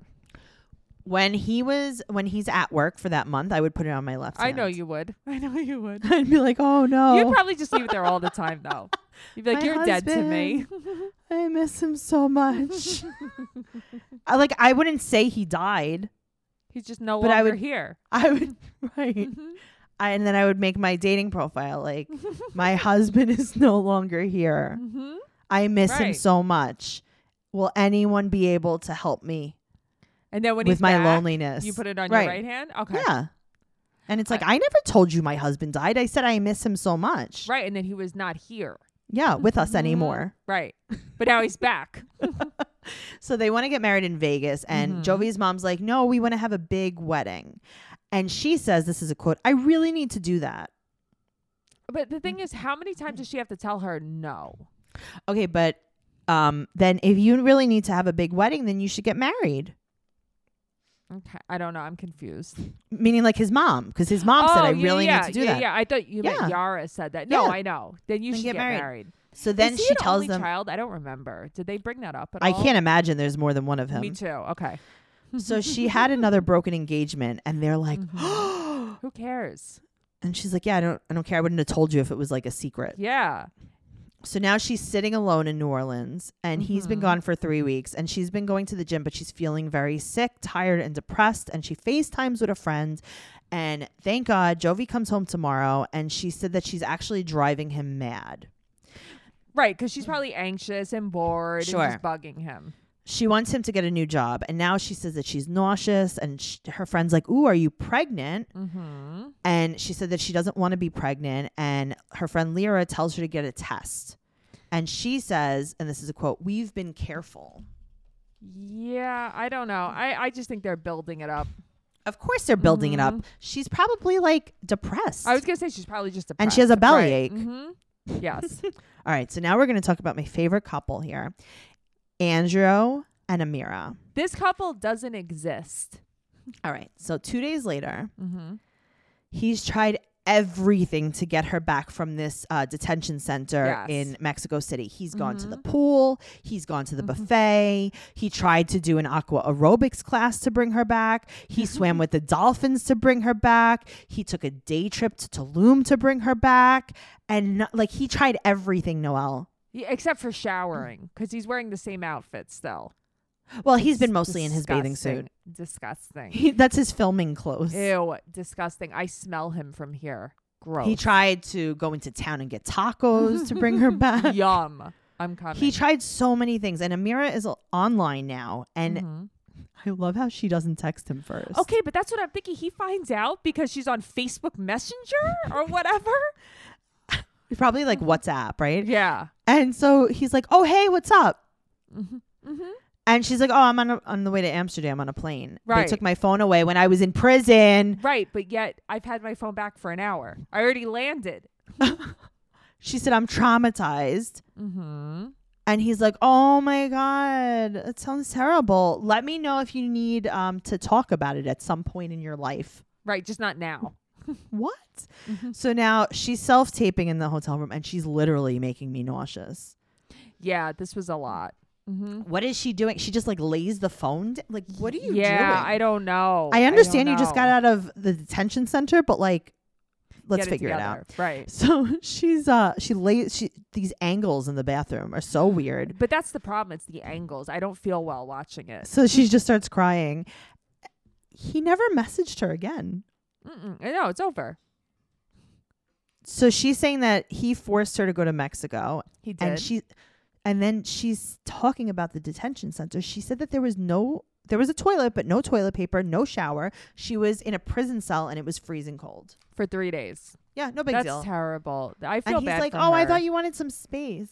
Speaker 2: When he was when he's at work for that month, I would put it on my left
Speaker 3: I
Speaker 2: hand.
Speaker 3: know you would. [LAUGHS] I know you would.
Speaker 2: [LAUGHS] I'd be like, oh
Speaker 3: You'd
Speaker 2: no,
Speaker 3: probably just leave it there all the time,
Speaker 2: [LAUGHS]
Speaker 3: though. You'd be like,
Speaker 2: My
Speaker 3: "You're dead to me."
Speaker 2: I miss him so much. [LAUGHS] I, like I wouldn't say he died.
Speaker 3: [LAUGHS] He's just no
Speaker 2: But I
Speaker 3: longer
Speaker 2: would-
Speaker 3: here.
Speaker 2: I would [LAUGHS] right.
Speaker 3: Mm-hmm.
Speaker 2: I, and then I would make my dating profile
Speaker 3: [LAUGHS]
Speaker 2: like my husband is no longer here.
Speaker 3: Mm-hmm.
Speaker 2: I miss him
Speaker 3: Right.
Speaker 2: so much. Will anyone be able to help me
Speaker 3: And then when
Speaker 2: with
Speaker 3: he's
Speaker 2: my
Speaker 3: back,
Speaker 2: loneliness?
Speaker 3: you put it on
Speaker 2: Right.
Speaker 3: your right hand. Okay.
Speaker 2: Yeah. And it's like I never told you my husband died. I said I miss him so much.
Speaker 3: Right, Mm-hmm. and then he was not here.
Speaker 2: Yeah, with us anymore.
Speaker 3: Right, but now
Speaker 2: [LAUGHS]
Speaker 3: he's back.
Speaker 2: So they want to get married in Vegas, and Jovi's mom's like, No, we want to have a big wedding. And she says, This is a quote, I really need to do that.
Speaker 3: But the thing is, how many times does she have to tell her no?
Speaker 2: Okay, but um, then if you really need to have a big wedding, then you should get married.
Speaker 3: Okay, I don't know. I'm confused.
Speaker 2: Meaning like his mom, because his mom said,
Speaker 3: Oh,
Speaker 2: "I
Speaker 3: yeah,
Speaker 2: really
Speaker 3: yeah,
Speaker 2: need to do
Speaker 3: yeah,
Speaker 2: that."
Speaker 3: Yeah, I thought you
Speaker 2: Yeah.
Speaker 3: meant Yara said that. No,
Speaker 2: Yeah.
Speaker 3: I know. Then you
Speaker 2: Then
Speaker 3: should
Speaker 2: get
Speaker 3: get,
Speaker 2: married.
Speaker 3: married.
Speaker 2: So then
Speaker 3: Is he
Speaker 2: she
Speaker 3: an
Speaker 2: tells
Speaker 3: only
Speaker 2: them,
Speaker 3: child. I don't remember. Did they bring that up at
Speaker 2: "I
Speaker 3: all?
Speaker 2: can't imagine there's more than one of him."
Speaker 3: Me too. Okay.
Speaker 2: so she had another broken engagement, and they're [LAUGHS] like,
Speaker 3: Who cares?
Speaker 2: [GASPS] and she's like, "Yeah, I don't, I don't care. I wouldn't have told you if it was like a secret."
Speaker 3: Yeah.
Speaker 2: So now she's sitting alone in New Orleans and he's been
Speaker 3: Mhm.
Speaker 2: gone for three weeks and she's been going to the gym, but she's feeling very sick, tired, and depressed. And she FaceTimes with a friend. And thank God Jovi comes home tomorrow and she said that she's actually driving him mad.
Speaker 3: Right, because she's probably anxious and bored and
Speaker 2: Sure.
Speaker 3: just bugging him.
Speaker 2: She wants him to get a new job. And now she says that she's nauseous and sh- her friend's like, Ooh, are you pregnant?
Speaker 3: Mm-hmm.
Speaker 2: And she said that she doesn't want to be pregnant. And her friend Lyra tells her to get a test. And she says, and this is a quote, we've been careful.
Speaker 3: Yeah, I don't know. I, I just think they're building it up.
Speaker 2: Of course, they're building it up. She's probably like depressed.
Speaker 3: Mm-hmm. I was gonna say she's probably just depressed.
Speaker 2: And she has a bellyache.
Speaker 3: Mm-hmm. Yes. [LAUGHS]
Speaker 2: All right, so now we're going to talk about my favorite couple here Andrew and Amira.
Speaker 3: this couple doesn't exist.
Speaker 2: All right, so two days later,
Speaker 3: Mm-hmm.
Speaker 2: he's tried everything to get her back from this uh, detention center
Speaker 3: Yes.
Speaker 2: in Mexico City. He's gone to the
Speaker 3: Mhm.
Speaker 2: pool, he's gone to the
Speaker 3: Mm-hmm.
Speaker 2: buffet, he tried to do an aqua aerobics class to bring her back, he
Speaker 3: Mm-hmm.
Speaker 2: swam with the dolphins to bring her back, he took a day trip to Tulum to bring her back, and no- like he tried everything, Noel.
Speaker 3: Yeah, except for showering, because he's wearing the same outfit still.
Speaker 2: Well, he's been mostly in his bathing suit.
Speaker 3: Disgusting. Disgusting.
Speaker 2: He, that's his filming clothes.
Speaker 3: Ew, disgusting. I smell him from here. Gross.
Speaker 2: He tried to go into town and get tacos to bring
Speaker 3: [LAUGHS]
Speaker 2: her back.
Speaker 3: Yum. I'm coming.
Speaker 2: He tried so many things, and Amira is al- online now, and
Speaker 3: Mhm.
Speaker 2: I love how she doesn't text him first.
Speaker 3: Okay, but that's what I'm thinking. He finds out because she's on Facebook Messenger or
Speaker 2: [LAUGHS]
Speaker 3: whatever. Mm-hmm.
Speaker 2: probably like WhatsApp, right?
Speaker 3: yeah.
Speaker 2: And so he's like, "Oh, hey, what's up?"
Speaker 3: Mm-hmm.
Speaker 2: And she's like, "Oh, I'm on a, on the way to Amsterdam on a plane.
Speaker 3: Right.
Speaker 2: They took my phone away when I was in prison."
Speaker 3: Right, but yet I've had my phone back for an hour. I already landed.
Speaker 2: She said, "I'm traumatized."
Speaker 3: Mm-hmm.
Speaker 2: And he's like, "Oh my god, that sounds terrible. Let me know if you need um to talk about it at some point in your life."
Speaker 3: Right, just not now.
Speaker 2: What? So now she's self-taping in the hotel room and she's literally making me nauseous.
Speaker 3: Yeah, this was a lot. Mm-hmm.
Speaker 2: What is she doing? She just like lays the phone. d- Like, what are you
Speaker 3: yeah,
Speaker 2: doing?
Speaker 3: I don't know.
Speaker 2: I
Speaker 3: don't
Speaker 2: understand you just got
Speaker 3: know.
Speaker 2: out of the detention center, but like, let's
Speaker 3: Get
Speaker 2: figure it,
Speaker 3: together.
Speaker 2: out.
Speaker 3: Right.
Speaker 2: So [LAUGHS] she's uh she lays she these angles in the bathroom are
Speaker 3: Mm-hmm.
Speaker 2: so weird.
Speaker 3: But that's the problem. It's the angles. I don't feel well watching it.
Speaker 2: So she just starts crying. He never messaged her again.
Speaker 3: Mm-mm. I know, it's over.
Speaker 2: So she's saying that he forced her to go to Mexico,
Speaker 3: He did.
Speaker 2: and she, and then she's talking about the detention center. She said that there was no there was a toilet, but no toilet paper, no shower. She was in a prison cell, and it was freezing cold.
Speaker 3: for three days.
Speaker 2: Yeah, no big
Speaker 3: that's
Speaker 2: deal.
Speaker 3: terrible. I feel
Speaker 2: And he's
Speaker 3: bad
Speaker 2: like,
Speaker 3: for
Speaker 2: "Oh, I
Speaker 3: her.
Speaker 2: thought you wanted some space."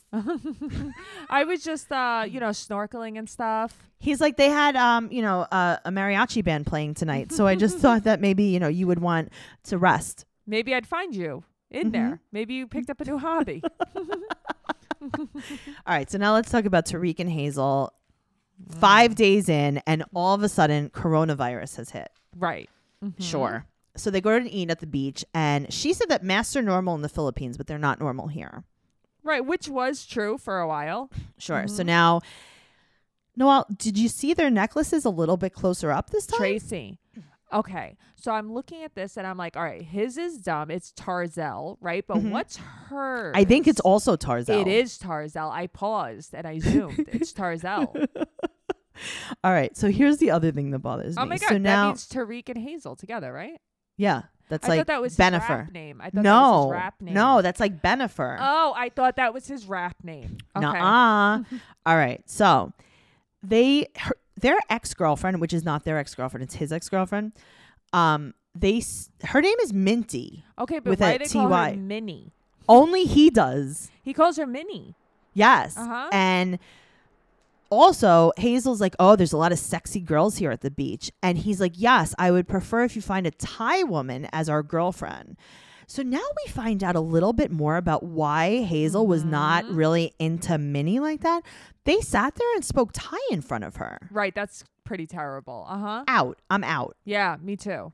Speaker 3: I was just, uh, you know, snorkeling and stuff.
Speaker 2: He's like, "They had, um, you know, uh, a mariachi band playing tonight, so I
Speaker 3: [LAUGHS]
Speaker 2: just thought that maybe you know you would want to rest."
Speaker 3: Maybe I'd find you
Speaker 2: Mm-hmm.
Speaker 3: in there. Maybe you picked up a
Speaker 2: [LAUGHS]
Speaker 3: new hobby.
Speaker 2: All right, so now let's talk about Tariq and Hazel.
Speaker 3: Mm.
Speaker 2: Five days in, and all of a sudden, coronavirus has hit.
Speaker 3: right. Mm-hmm.
Speaker 2: Sure. So they go to eat at the beach, and she said that masks are normal in the Philippines, but they're not normal here.
Speaker 3: Right, which was true for a while.
Speaker 2: Sure. So
Speaker 3: Mm-hmm.
Speaker 2: now, Noel, did you see their necklaces a little bit closer up this time?
Speaker 3: Tracy. Okay. So I'm looking at this and I'm like, all right, his is dumb. It's Tarzell, right? But what's hers?
Speaker 2: Mm-hmm. I think it's also Tarzan.
Speaker 3: It is Tarzell. I paused and I zoomed.
Speaker 2: [LAUGHS]
Speaker 3: it's Tarzell.
Speaker 2: All right. So here's the other thing that bothers me.
Speaker 3: Oh my god,
Speaker 2: So
Speaker 3: that
Speaker 2: now,
Speaker 3: means Tariq and Hazel together, right?
Speaker 2: yeah, that's
Speaker 3: I
Speaker 2: like
Speaker 3: thought that was his
Speaker 2: Benifer.
Speaker 3: rap name. I thought that was
Speaker 2: No,
Speaker 3: his rap name.
Speaker 2: no, that's like Benifer.
Speaker 3: Oh, I thought that was his rap name. Okay.
Speaker 2: Nuh-uh. All right. So they her, their ex-girlfriend, which is not their ex-girlfriend, it's his ex-girlfriend. Um they s- her name is Minty.
Speaker 3: Okay, but
Speaker 2: With
Speaker 3: why
Speaker 2: a
Speaker 3: do they call
Speaker 2: TY.
Speaker 3: her Minnie?
Speaker 2: Only he does.
Speaker 3: He calls her Minnie.
Speaker 2: Yes.
Speaker 3: Uh-huh.
Speaker 2: And also, Hazel's like, "Oh, there's a lot of sexy girls here at the beach." And he's like, "Yes, I would prefer if you find a Thai woman as our girlfriend." So now we find out a little bit more about why Hazel was not
Speaker 3: Mm-hmm.
Speaker 2: really into Minnie like that. They sat there and spoke Thai in front of her.
Speaker 3: Right. That's pretty terrible. Uh huh.
Speaker 2: Out. I'm out.
Speaker 3: Yeah. Me too.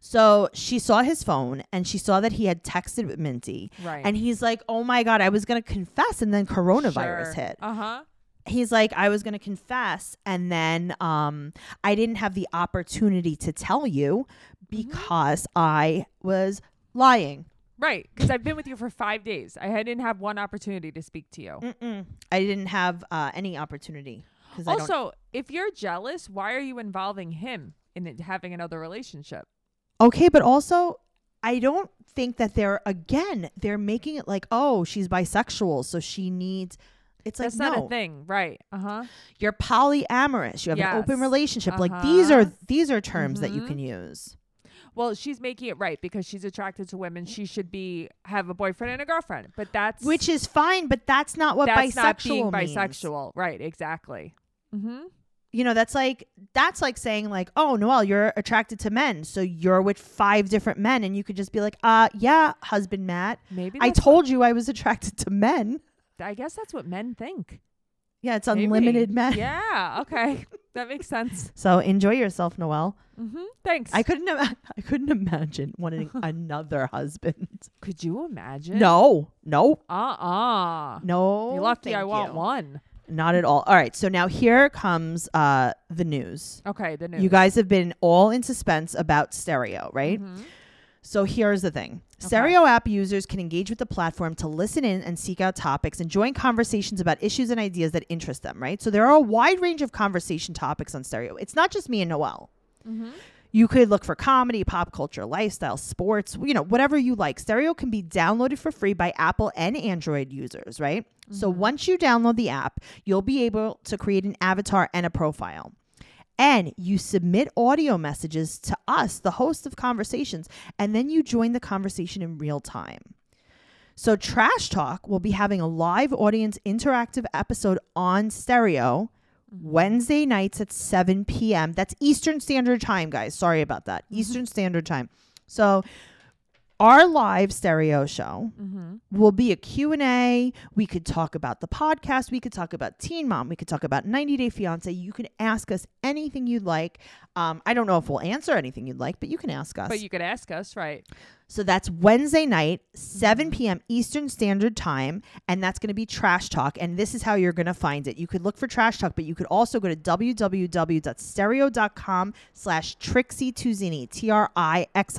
Speaker 2: So she saw his phone and she saw that he had texted with Minty.
Speaker 3: Right.
Speaker 2: And he's like, oh my God, I was going to confess. And then coronavirus hit.
Speaker 3: Uh huh.
Speaker 2: He's like, I was going to confess. And then um, I didn't have the opportunity to tell you
Speaker 3: Mm-hmm.
Speaker 2: because I was lying.
Speaker 3: Right. Because I've been with you for five days. I didn't have one opportunity to speak to you.
Speaker 2: Mm-mm. I didn't have uh, any opportunity. 'cause I don't-
Speaker 3: Also, if you're jealous, why are you involving him in it- having another relationship?
Speaker 2: okay, but also, I don't think that they're, again, they're making it like, oh, she's bisexual. So she needs. It's like
Speaker 3: That's not
Speaker 2: no.
Speaker 3: a thing. Right. Uh huh.
Speaker 2: you're polyamorous you have an open
Speaker 3: Yes.
Speaker 2: relationship like these are
Speaker 3: Uh-huh. Mm-hmm.
Speaker 2: these are terms that you can use
Speaker 3: Well, she's making it right because she's attracted to women. She should be have a boyfriend and a girlfriend. But that's
Speaker 2: which is fine but that's not what
Speaker 3: that's
Speaker 2: bisexual
Speaker 3: not being
Speaker 2: means.
Speaker 3: bisexual. Right. Exactly. Mm-hmm.
Speaker 2: you know that's like that's like saying like oh noel you're attracted to men so you're with five different men and you could just be like uh yeah husband matt
Speaker 3: Maybe
Speaker 2: i
Speaker 3: that's
Speaker 2: told you i was [LAUGHS] attracted to men
Speaker 3: I guess that's what
Speaker 2: [LAUGHS]
Speaker 3: men think.
Speaker 2: yeah it's
Speaker 3: Maybe.
Speaker 2: unlimited men
Speaker 3: Yeah. Okay. that makes sense.
Speaker 2: so enjoy yourself noel
Speaker 3: Mm-hmm. Thanks.
Speaker 2: i couldn't ima- [LAUGHS] i couldn't imagine
Speaker 3: [LAUGHS]
Speaker 2: wanting another husband
Speaker 3: Could you imagine?
Speaker 2: no no
Speaker 3: Uh-uh.
Speaker 2: no
Speaker 3: You're lucky I
Speaker 2: Oh, thank
Speaker 3: want
Speaker 2: you.
Speaker 3: one.
Speaker 2: Not at all. All right. So now here comes uh, the news.
Speaker 3: Okay, the news.
Speaker 2: You guys have been all in suspense about Stereo, right?
Speaker 3: Mhm.
Speaker 2: So here's the thing Stereo app users can engage with the platform to listen in and seek out topics and join conversations about issues and ideas that interest them, right? So there are a wide range of conversation topics on Stereo. It's not just me and Noel.
Speaker 3: Mm-hmm.
Speaker 2: You could look for comedy, pop culture, lifestyle, sports, you know, whatever you like. Stereo can be downloaded for free by Apple and Android users, right? So
Speaker 3: Mm-hmm.
Speaker 2: once you download the app, you'll be able to create an avatar and a profile. And you submit audio messages to us, the host of conversations, and then you join the conversation in real time. So, Trash Talk will be having a live audience interactive episode on stereo
Speaker 3: Mm-hmm.
Speaker 2: Wednesday nights at 7 p.m. That's Eastern Standard Time, guys. Sorry about that.
Speaker 3: Mm-hmm.
Speaker 2: Eastern Standard Time. So, our live stereo show
Speaker 3: Mm-hmm.
Speaker 2: will be a Q&A. We could talk about the podcast, we could talk about Teen Mom, we could talk about 90 Day Fiancé. You can ask us anything you'd like. Um, I don't know if we'll answer anything you'd like, but you can ask us.
Speaker 3: But you could ask us, right?
Speaker 2: So that's Wednesday night, 7 p.m. Eastern Standard Time. And that's going to be Trash Talk. And this is how you're going to find it. You could look for Trash Talk, but you could also go to www.stereo.com slash Trixie Tuzini,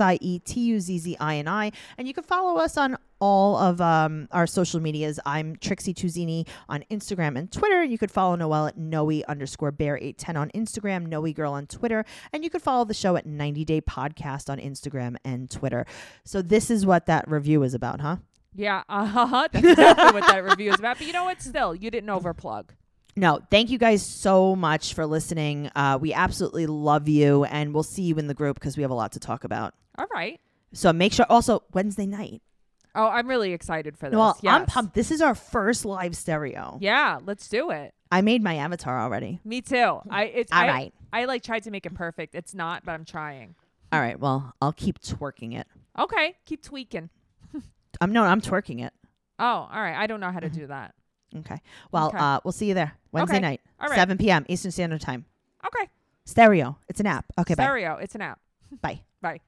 Speaker 2: E T-R-I-X-I-E-T-U-Z-Z-I-N-I. And you can follow us on all of um, our social medias. I'm Trixie Tuzini on Instagram and Twitter. You could follow Noelle at Noe underscore bear 810 on Instagram, Noe girl on Twitter. And you could follow the show at 90 Day Podcast on Instagram and Twitter. So this is what that review is about, huh?
Speaker 3: Yeah, [LAUGHS] uh-huh.
Speaker 2: [LAUGHS]
Speaker 3: That's exactly what that review is about. But you know what? Still, you didn't overplug.
Speaker 2: No, thank you guys so much for listening. Uh, we absolutely love you, and we'll see you in the group because we have a lot to talk about.
Speaker 3: All right.
Speaker 2: So make sure also Wednesday night.
Speaker 3: Oh, I'm really excited for this.
Speaker 2: Noel, I'm
Speaker 3: Yes.
Speaker 2: pumped. This is our first live stereo.
Speaker 3: Yeah, let's do it.
Speaker 2: I made my avatar already.
Speaker 3: Me too. I it's
Speaker 2: All
Speaker 3: I,
Speaker 2: right.
Speaker 3: I like tried to make it perfect. It's not, but I'm trying.
Speaker 2: All right, well, I'll keep twerking it.
Speaker 3: Okay, keep tweaking.
Speaker 2: I'm no, I'm twerking it.
Speaker 3: Oh, all right. I don't know how to
Speaker 2: Mm-hmm.
Speaker 3: do that.
Speaker 2: Okay. Well,
Speaker 3: Okay.
Speaker 2: uh, we'll see you there Wednesday
Speaker 3: Okay.
Speaker 2: night,
Speaker 3: All right.
Speaker 2: 7 p.m. Eastern Standard Time.
Speaker 3: Okay.
Speaker 2: Stereo. It's an app. Okay,
Speaker 3: Stereo. It's an app.
Speaker 2: bye. Bye.
Speaker 3: Bye.